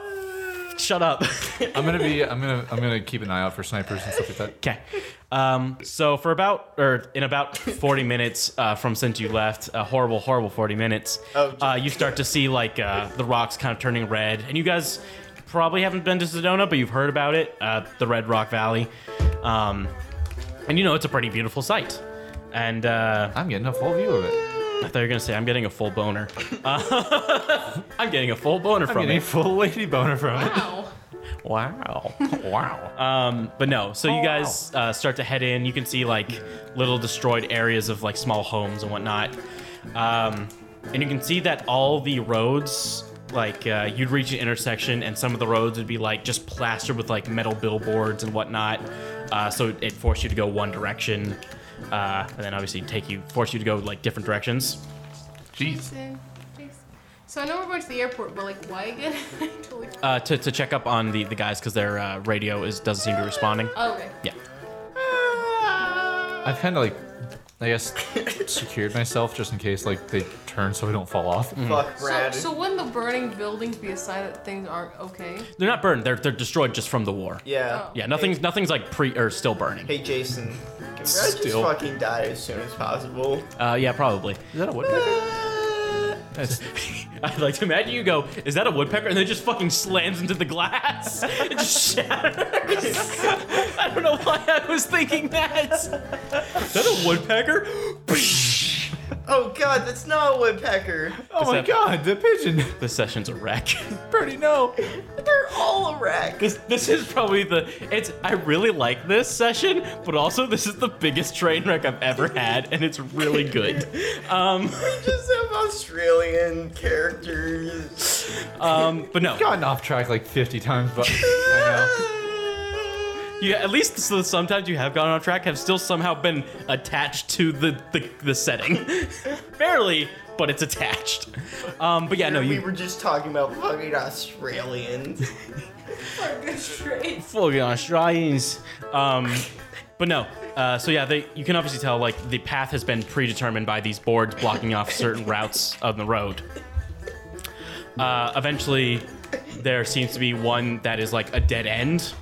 shut up. I'm gonna be. I'm gonna. I'm gonna keep an eye out for snipers and stuff like Okay. that. Um, so for about or in about 40 minutes uh, from since you left, a horrible, horrible 40 minutes. Oh, uh, you start to see like uh, the rocks kind of turning red, and you guys probably haven't been to Sedona, but you've heard about it, uh, the Red Rock Valley, um, and you know it's a pretty beautiful sight. And uh, I'm getting a full view of it. I thought you were gonna say I'm getting a full boner. Uh, I'm getting a full boner I'm from getting a it. full lady boner from it. Wow. Wow. Wow. Um, but no, so you guys uh, start to head in. You can see like little destroyed areas of like small homes and whatnot, um, and you can see that all the roads, like uh, you'd reach an intersection, and some of the roads would be like just plastered with like metal billboards and whatnot. Uh, so it forced you to go one direction, uh, and then obviously take you force you to go like different directions. Jeez. So I know we're going to the airport, but like, why again? totally... uh, to, to check up on the, the guys because their uh, radio is doesn't seem to be responding. oh, okay. Yeah. I've kind of like, I guess, secured myself just in case like they turn so I don't fall off. Fuck So, Brad. so wouldn't the burning buildings be a sign that things aren't okay? They're not burned. They're they're destroyed just from the war. yeah. Oh. Yeah. Nothing's nothing's like pre or still burning. Hey, Jason. Can Brad just Still. fucking die as soon as possible? Uh, yeah, probably. Is that a woodpecker? That's- I'd like to imagine you go. Is that a woodpecker? And then it just fucking slams into the glass. it just shatters. I don't know why I was thinking that. Is that a woodpecker? Oh god, that's not a woodpecker. oh my that- god, the pigeon. this session's a wreck. Birdie, no. They're all a wreck. This this is probably the it's I really like this session, but also this is the biggest train wreck I've ever had, and it's really good. Um, We just have Australian characters. um, but no, Gotten off track like 50 times, but I you at least so sometimes you have gone off track, have still somehow been attached to the the, the setting, barely, but it's attached. Um, but yeah, no, we you were just talking about fucking Australians. fucking Australians. Um, but no. Uh, so yeah, they, you can obviously tell like the path has been predetermined by these boards blocking off certain routes on the road. Uh, eventually, there seems to be one that is like a dead end,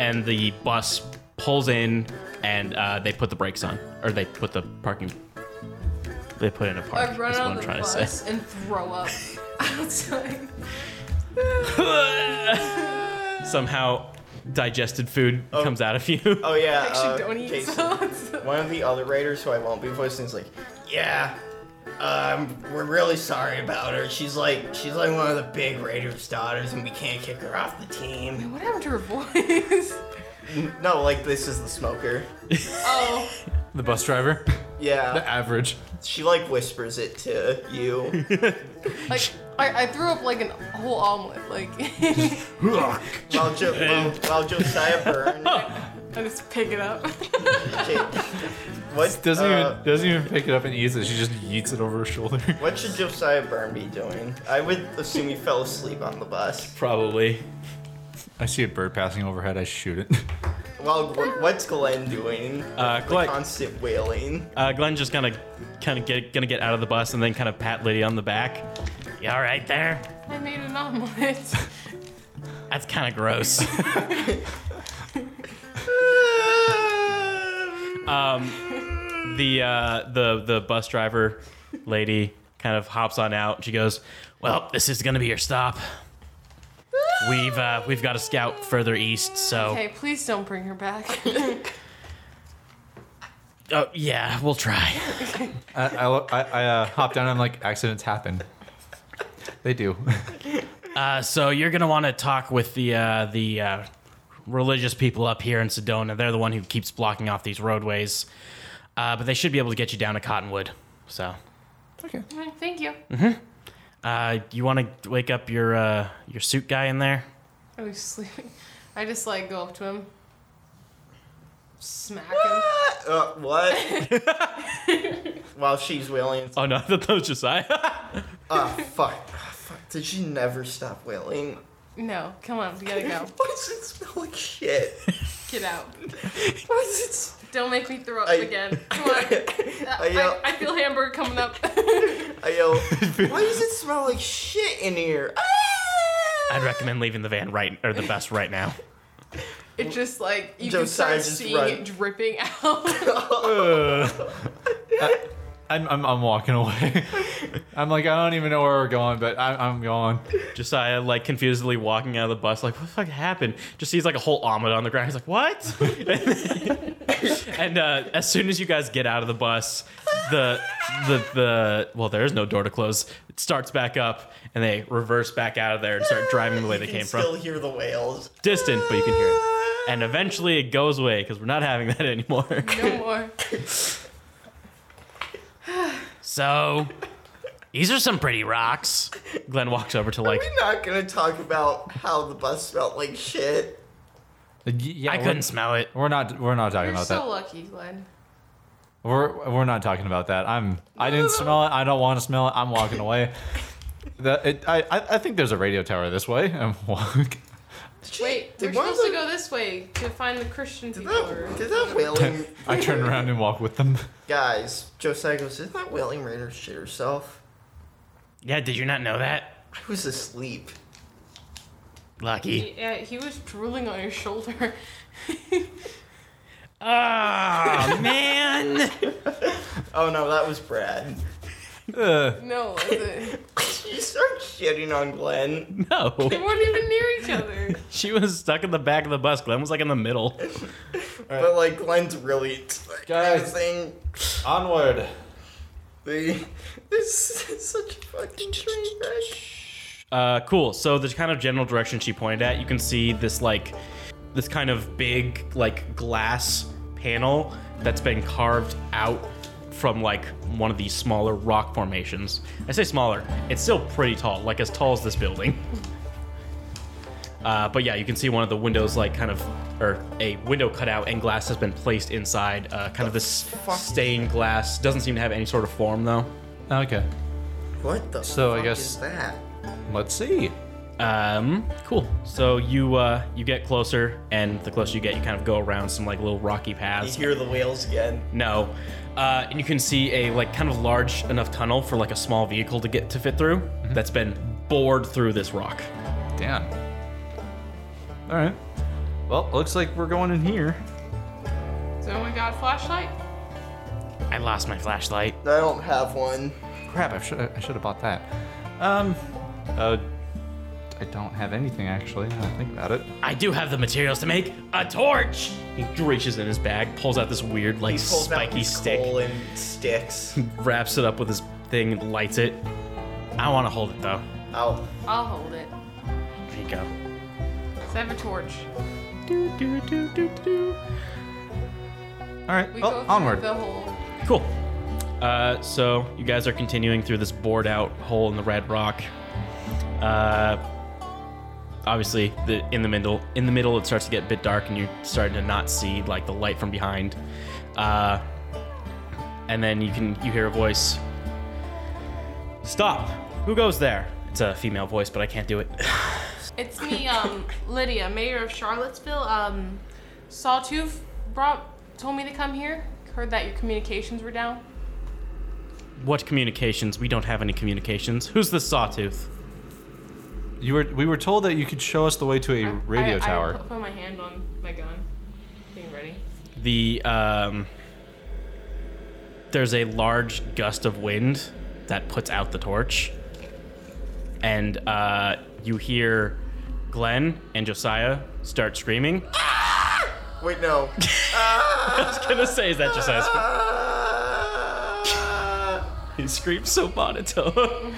and the bus pulls in, and uh, they put the brakes on, or they put the parking. They put in a park. I'd Is run what out I'm of the trying to bus say. and throw up outside. Somehow, digested food comes out of you. Oh yeah. Actually, uh, don't eat Jason. salads. One of the other writers who I won't be voicing is like, yeah, um, we're really sorry about her. She's like, she's like one of the big Raiders' daughters, and we can't kick her off the team. What happened to her voice? No, like this is the smoker. Oh, know. The bus driver, the Yeah, average. she like whispers it to you. like I, I threw up like a whole omelet, like While, jo- while, while Josiah Byrne, I just pick it up. Ja- what Doesn't uh, even doesn't even pick it up and eats it. She just yeets it over her shoulder. What should Josiah Byrne be doing? I would assume he fell asleep on the bus. Probably. I see a bird passing overhead. I shoot it. Well, wh- what's Glenn doing? Uh, Glenn- The constant wailing. Uh, Glenn just kind of, kind of get, gonna get out of the bus and then kind of pat Liddy on the back. You all right there? I made an omelet. Oh. That's kind of gross. um, the uh, the the bus driver lady kind of hops on out. She goes, "Well, this is gonna be your stop. We've uh, we've got a scout further east, so Okay, please don't bring her back. oh yeah, we'll try." I I, lo- I, I uh, hop down. I'm like, accidents happen. They do. Uh, so you're gonna want to talk with the uh, the uh, religious people up here in Sedona. They're the one who keeps blocking off these roadways, uh, but they should be able to get you down to Cottonwood. So Thank you. uh, you want to wake up your uh, your suit guy in there? Oh, he's sleeping. I just like go up to him, smack him. Uh, what? While she's wailing. Oh no, that was Josiah. Oh, fuck. Ah, fuck. Did she never stop wailing? No, come on, we gotta go. Why does it smell like shit? Get out. Why does it smell Don't make me throw up I- again. Come on. I, I, yell- I, feel hamburger coming up. I yell, why does it smell like shit in here? Ah! I'd recommend leaving the van right or the bus right now. It just like you Josiah can start just seeing run. it dripping out. I'm, I'm, I'm walking away. I'm like, I don't even know where we're going, but I'm, I'm going. Josiah, uh, like confusedly walking out of the bus, like, what the fuck happened? Just sees like a whole omelet on the ground. He's like, what? and uh, as soon as you guys get out of the bus, the the the well, there is no door to close. It starts back up, and they reverse back out of there and start driving the way they You can came from. still hear the Ah! whales. Distant, but you can hear it. And uh, eventually it goes away because we're not having that anymore. no more. So, these are some pretty rocks. Glenn walks over to like. We're not gonna talk about how the bus smelled like shit. Like, y- Yeah, I we're- couldn't smell it. We're not. We're not talking You're about so that. lucky, Glenn. We're we're not talking about that. I'm. I didn't smell it. I don't want to smell it. I'm walking away. That it, I I I think there's a radio tower this way. I'm walking. Wait, did we're one of supposed to the- go this way to find the Christian Did people. that, did that whaling I turn around and walk with them. guys? Josiah goes, "Did that whaling raider shit herself?" Yeah, did you not know that? I was asleep. Lucky. Yeah, he was drooling on your shoulder. Oh, man. Oh no, that was Brad. Uh, no, it you start shitting on Glenn. No. they weren't even near each other. She was stuck in the back of the bus. Glenn was like in the middle. But like Glenn's really it's like, Guys. thing. onward. They, this is such a fucking train wreck. Uh, cool. So the kind of general direction she pointed at, you can see this like this kind of big like glass panel that's been carved out from like one of these smaller rock formations. I say smaller. It's still pretty tall, like as tall as this building. Uh, but yeah, you can see one of the windows, like kind of, or a window cutout and glass has been placed inside. Uh, kind of this fuck? stained glass. Doesn't seem to have any sort of form though. Okay. What the So, I fuck guess- is that? Let's see. Um, cool. So you uh, you get closer, and the closer you get, you kind of go around some like little rocky You paths. hear the whales again. No, uh, and you can see a like kind of large enough tunnel for like a small vehicle to get to fit through. That's been bored through this rock. Damn. All right. Well, looks like we're going in here. So we got a flashlight. I lost my flashlight. I don't have one. Crap! I should I should have bought that. Um. Uh. I don't have anything actually. Now that I think about it. I do have the materials to make a torch. He reaches in his bag, pulls out this weird like He pulls out spiky his stick, coal and sticks. wraps it up with his thing, and lights it. I want to hold it though. Ow. I'll hold it. There you go. Let's have a torch. Do, do, do, do, do. All right. We go Well, through Oh, onward. the whole. Cool. Uh, so you guys are continuing through this bored out hole in the red rock. Uh, obviously, the in the middle in the middle it starts to get a bit dark, and you're starting to not see like the light from behind. Uh, and then you can you hear a voice. Stop! Who goes there? It's a female voice, but I can't do it. It's me, um, Lydia, mayor of Charlottesville. Um, Sawtooth brought told me to come here. Heard that your communications were down. what communications? We don't have any communications. Who's the sawtooth? You were we were told that you could show us the way to a radio I, I tower. put my hand on my gun. Being ready. the um, there's a large gust of wind that puts out the torch, and uh, you hear Glenn and Josiah start screaming. Wait, no. I was gonna say, is that Josiah's? Ah! He screams so monotone.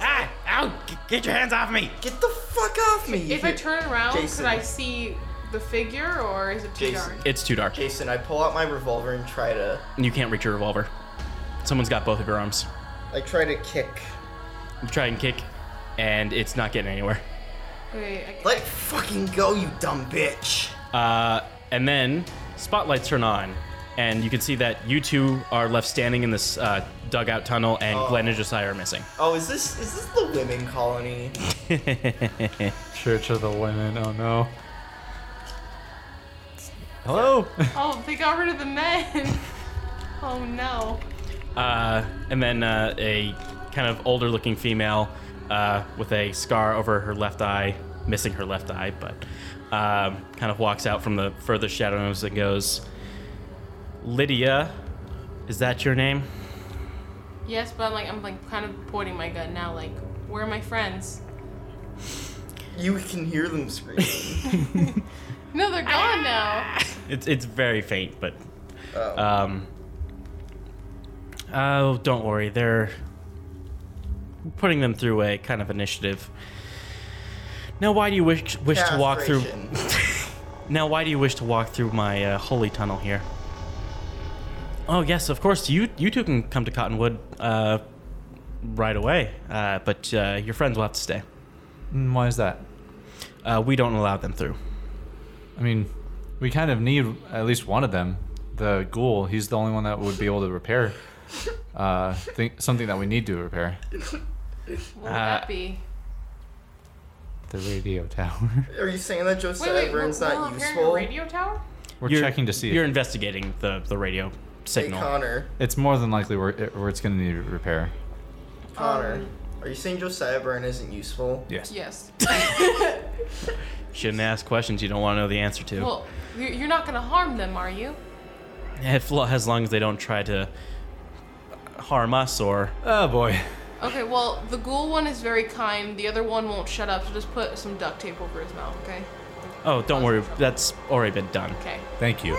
ah! Ow! G- Get your hands off me! Get the fuck off me! If I turn around, Jason. could I see the figure, or is it too Jason. dark? It's too dark. Jason, I pull out my revolver and try to, You can't reach your revolver. Someone's got both of your arms. I try to kick. You try and kick, and it's not getting anywhere. Wait, I, Let fucking go, you dumb bitch. Uh, and then spotlights turn on, and you can see that you two are left standing in this uh, dugout tunnel, and Glenn and Josiah are missing. Oh, is this is this the women colony? Church of the Women. Oh no. Hello. oh, they got rid of the men. oh no. Uh, and then uh, a kind of older looking female uh, with a scar over her left eye, missing her left eye, but um, kind of walks out from the further shadows and goes, Lydia, is that your name? Yes, but I'm like I'm like kind of pointing my gun now. Like, where are my friends? You can hear them screaming. No, they're gone now. It's, it's very faint, but Oh. Uh, Um, oh, don't worry. They're putting them through a kind of initiative. Now, why do you wish wish to walk through? Castration. Now, why do you wish to walk through my uh, holy tunnel here? Oh yes, of course. You you two can come to Cottonwood uh, right away, uh, but uh, your friends will have to stay. Mm, Why is that? Uh, we don't allow them through. I mean, we kind of need at least one of them. The ghoul, he's the only one that would be able to repair uh, thi- something that we need to repair. What would that be? The radio tower. Are you saying that Joseph Everin's we're not repairing useful? a radio tower? We're You're- checking to see. You're If investigating the the radio Hey, signal. Connor. it's more than likely where, it- where it's going to need repair. Connor. are you saying Josiah Byrne isn't useful? Yes. Yes. Shouldn't ask questions you don't want to know the answer to. well, you- you're not gonna harm them, are you? If, as long as they don't try to harm us or Oh boy. Okay. Well, the ghoul one is very kind. The other one won't shut up. So just put some duct tape over his mouth. Okay. oh don't worry that's already been done Okay. Thank you.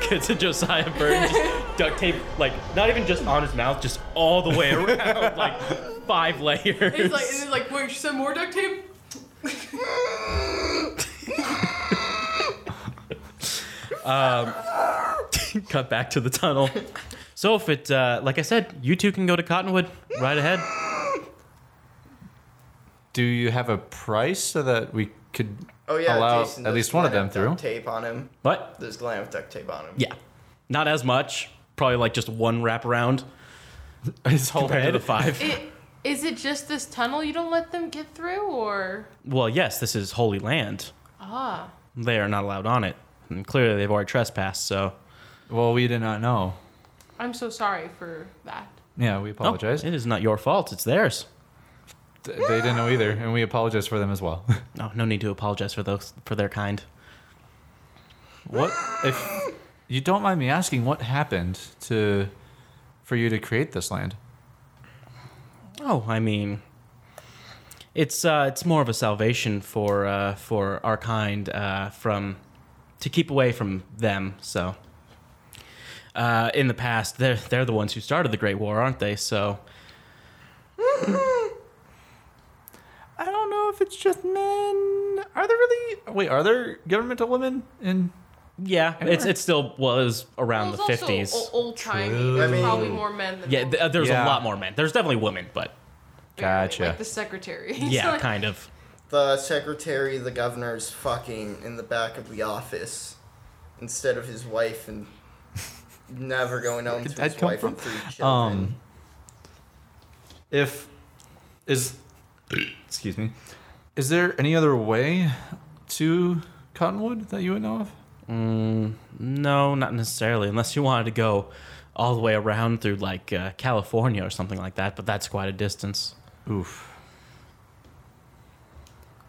Kids to josiah burns just duct tape like not even just on his mouth just all the way around like five layers It's like and it's like wait, she said more duct tape. cut back to the tunnel so if it uh, like i said you two can go to cottonwood right ahead Do you have a price so that we could Oh yeah, allow Jason at does least one of them glam through? duct Tape on him. what There's glam with duct tape on him. yeah not as much probably like just one wrap around His whole compared to head. the five It, is it just this tunnel you don't let them get through, or well yes this is holy land ah? they are not allowed on it and clearly they've already trespassed so Well, we did not know. I'm so sorry for that. Yeah, we No, apologize. it is not your fault. It's theirs. Th- They didn't know either, and we apologize for them as well. No, no need to apologize for those for their kind. what if you don't mind me asking what happened to for you to create this land? Oh, I mean, it's uh, it's more of a salvation for uh, for our kind uh, from to keep away from them. So, uh, in the past, they're they're the ones who started the Great War, aren't they? So, I don't know if it's just men. Are there really Wait, are there governmental women in yeah, it's it's still well, it was around Well, the it's also fifties. o- old timey. True. There's I mean- probably more men than yeah, th- uh, there's Yeah. a lot more men. There's definitely women, but apparently, Gotcha. Like the secretary. yeah, So- kind of. The secretary, the governor's fucking in the back of the office instead of his wife and never going home Did to that his come wife from- and three children. Um, if is excuse me, is there any other way to Cottonwood that you would know of? No, not necessarily, unless you wanted to go all the way around through like uh, California or something like that. But that's quite a distance. Oof.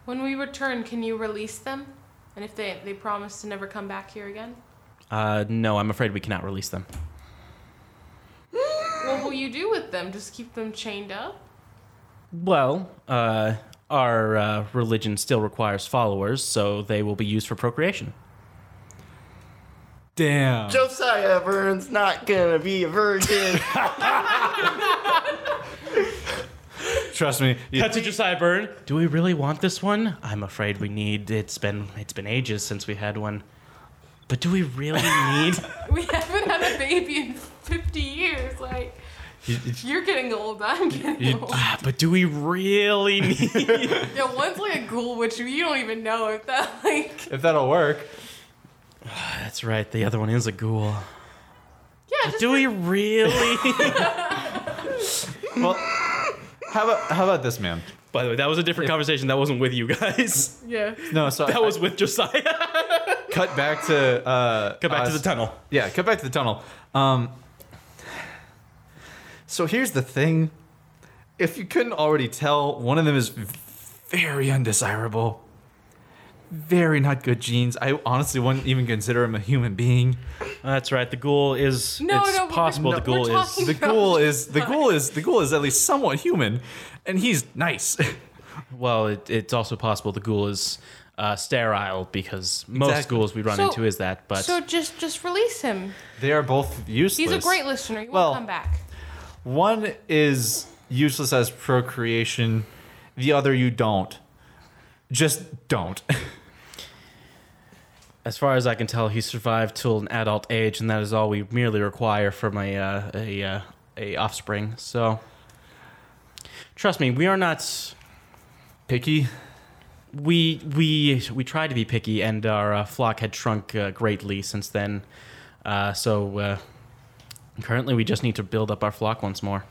When we return, can you release them? And if they they promise to never come back here again, Uh, no, I'm afraid we cannot release them. what will you do with them? Just keep them chained up? Well, uh, our uh, religion still requires followers, so they will be used for procreation. Damn. Josiah Byrne's not gonna be a virgin. Trust me. You, Cut to Josiah Byrne. Do we really want this one? I'm afraid we need. It's been it's been ages since we had one. But do we really need? We haven't had a baby in 50 years. Like you're getting old. I'm getting You- old. Ah, but do we really need? Yeah, one's like a ghoul, which you don't even know if that like. if that'll work. That's right. The other one is a ghoul. Yeah, just Do we really? Well, how about how about this man? By the way, that was a different conversation. That wasn't with you guys. yeah. No, so I- That was with Josiah. cut back to uh, Go back uh, to the tunnel. Yeah, cut back to the tunnel. Um, so here's the thing. if you couldn't already tell, one of them is very undesirable. Very not good genes. I honestly wouldn't even consider him a human being. That's right. The ghoul is. No, it's no, we're- possible no, the ghoul we're talking- is. The ghoul is the ghoul is the ghoul is at least somewhat human, and he's nice. Well, it, it's also possible the ghoul is uh, sterile because most Exactly. ghouls we run So- into is that. But So just just release him. they are both He's useless. a great listener. He won't Well- come back. One is useless as procreation, the other you don't. Just don't. as far as I can tell, he survived till an adult age, and that is all we merely require from a uh, a uh, a offspring. So, trust me, we are not Picky. we we we tried to be picky, and our uh, flock had shrunk uh, greatly since then. Uh, so uh, currently, we just need to build up our flock once more.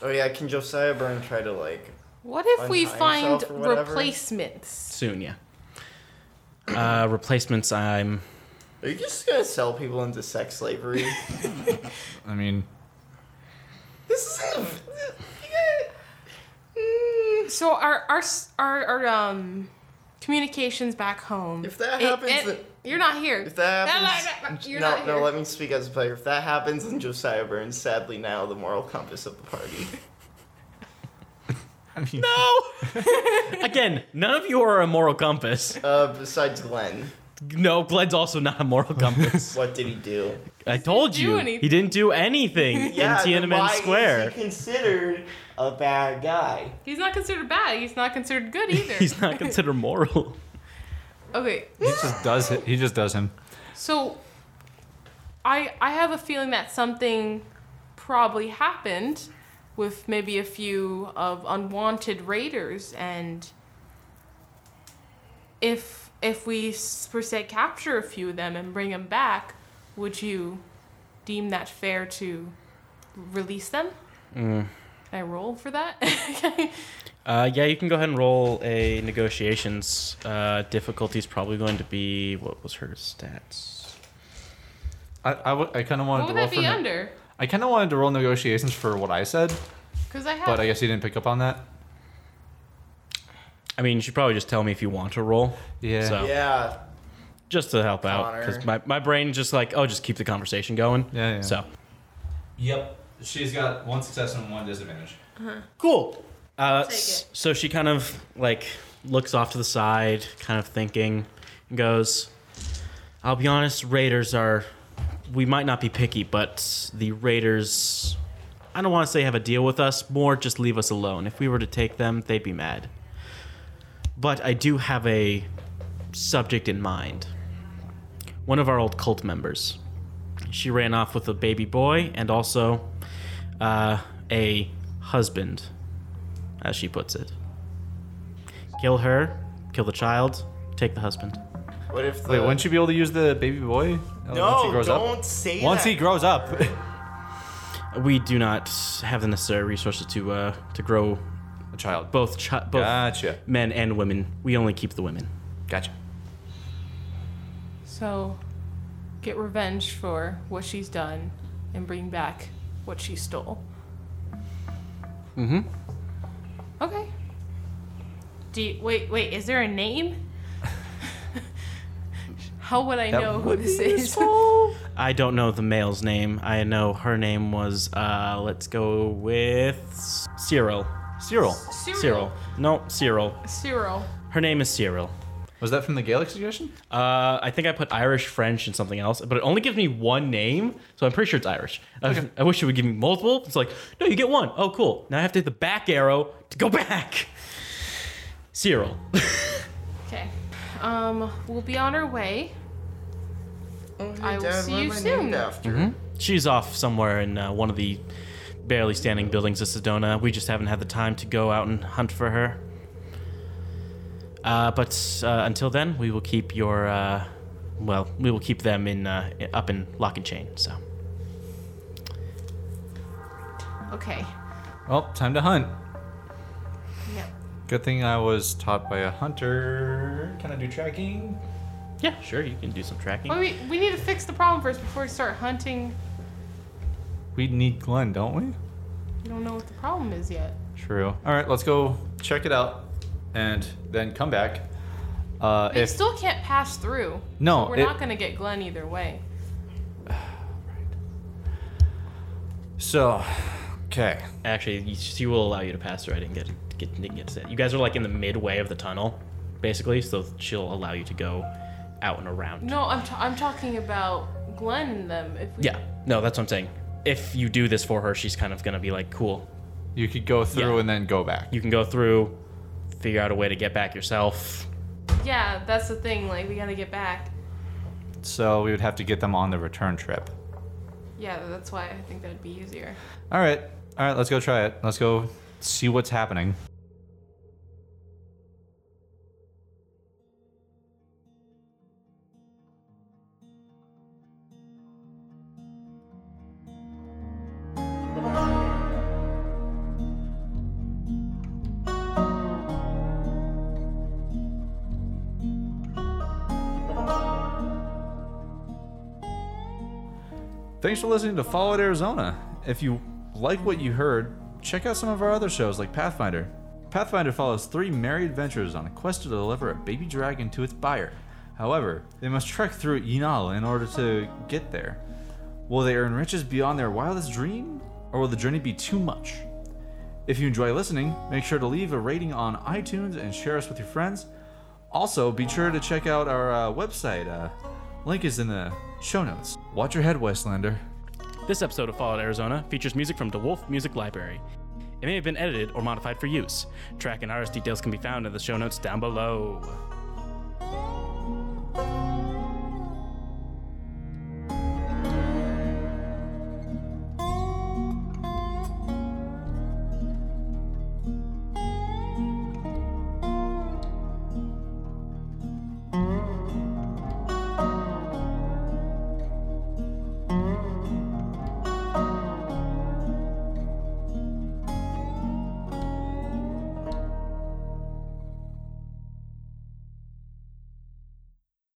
Oh yeah, can Josiah Byrne try to like? What if we Untie find yourself or whatever? replacements? Soon, yeah. Uh, replacements. I'm. Are you just gonna sell people into sex slavery? I mean, this is. you got So our our s- our, our um communications back home. If that It- happens, it- then- you're not here. If that No, no, happens, no, you're no, not here. no, let me speak as a player. If that happens, then Josiah Burns, sadly, now the moral compass of the party. I mean No. Again, none of you are a moral compass. Uh, besides Glenn, No, Glen's also not a moral compass. what did he do? I told do you anything. he didn't do anything Yeah, in then why Tiananmen is Square. he considered a bad guy? He's not considered bad. He's not considered good either. He's not considered moral. okay, he just does it. He just does him. so I I have a feeling that something probably happened with maybe a few of unwanted raiders and if if we s- per se capture a few of them and bring them back, would you deem that fair to release them? Mm. Can I roll for that? Uh, yeah, you can go ahead and roll a negotiations. Uh, difficulty's probably going to be what was her stats? I, I, w- I kind of wanted what to would roll that for. be ne- under? I kind of wanted to roll negotiations for what I said, Because I have. but I guess he didn't pick up on that. I mean, you should probably just tell me if you want to roll, Yeah. So- Oh. Yeah, just to help out, Connor. because my my brain just like oh, just keep the conversation going. Yeah, yeah. So Yep. She's got one success and one disadvantage. cool. Uh, Take s- it. so she kind of like looks off to the side, kind of thinking, and goes, "I'll be honest, Raiders are. We might not be picky, but the Raiders. I don't want to say have a deal with us. More just leave us alone. If we were to take them, they'd be mad. But I do have a subject in mind. One of our old cult members. She ran off with a baby boy and also uh, a husband, as she puts it. Kill her, kill the child, take the husband. what if the... Wait, wouldn't you be able to use the baby boy uh, No, once he grows don't up? say Once that. he grows up. We do not have the necessary resources to uh, to grow A child. both chi- both Gotcha. men and women. We only keep the women. Gotcha. So, get revenge for what she's done and bring back what she stole. Mm-hmm. Mm hmm. Okay. Do you, wait, wait, is there a name? How would I That know who would this is? I don't know the male's name. I know her name was uh, let's go with Cyril. Cyril. Cyril. Cyril. No, Cyril. Cyril. Her name is Cyril. Was that from the Gaelic suggestion? Uh, I think I put Irish, French, and something else, but it only gives me one name, so I'm pretty sure it's Irish. I, I wish it would give me multiple. It's like, no, you get one. Oh, cool. Now I have to hit the back arrow to go back. Cyril. Okay. Um, we'll be on our way. I will Dad, see what you am I soon. named After? She's off somewhere in uh, one of the barely standing buildings of Sedona. We just haven't had the time to go out and hunt for her. Uh, but uh, until then, we will keep your, uh, well, we will keep them in uh, up in lock and chain. So Okay. Well, time to hunt. Yeah. Good thing I was taught by a hunter. Can I do tracking? yeah, sure, you can do some tracking. Well, we, we need to fix the problem first before we start hunting. We need Glenn, don't we? We don't know what the problem is yet. True. All right, let's go check it out, and then come back. Uh, We if still can't pass through. no, We're it- not gonna get Glenn either way. so okay. Actually, you- she will allow you to pass through. I didn't get get didn't get to that. You guys are like in the midway of the tunnel, basically. So she'll allow you to go out and around. No, I'm t- I'm talking about Glenn and them. If we, Yeah. No, that's what I'm saying. If you do this for her, she's kind of gonna be like, "Cool, You could go through Yeah. and then go back. you can go through, figure out a way to get back yourself." Yeah, that's the thing. Like we gotta get back. So we would have to get them on the return trip. Yeah, that's why I think that'd be easier. All right, all right, let's go try it. Let's go see what's happening. Thanks for listening to Fallout Arizona. If you like what you heard, check out some of our other shows like Pathfinder. Pathfinder follows three merry adventurers on a quest to deliver a baby dragon to its buyer. However, they must trek through Yinal in order to get there. Will they earn riches beyond their wildest dream, or will the journey be too much? If you enjoy listening, make sure to leave a rating on iTunes and share us with your friends. Also, be sure to check out our uh, website. Uh, link is in the show notes. Watch your head, Westlander. This episode of Fallout Arizona features music from DeWolf Music Library. It may have been edited or modified for use. Track and artist details can be found in the show notes down below.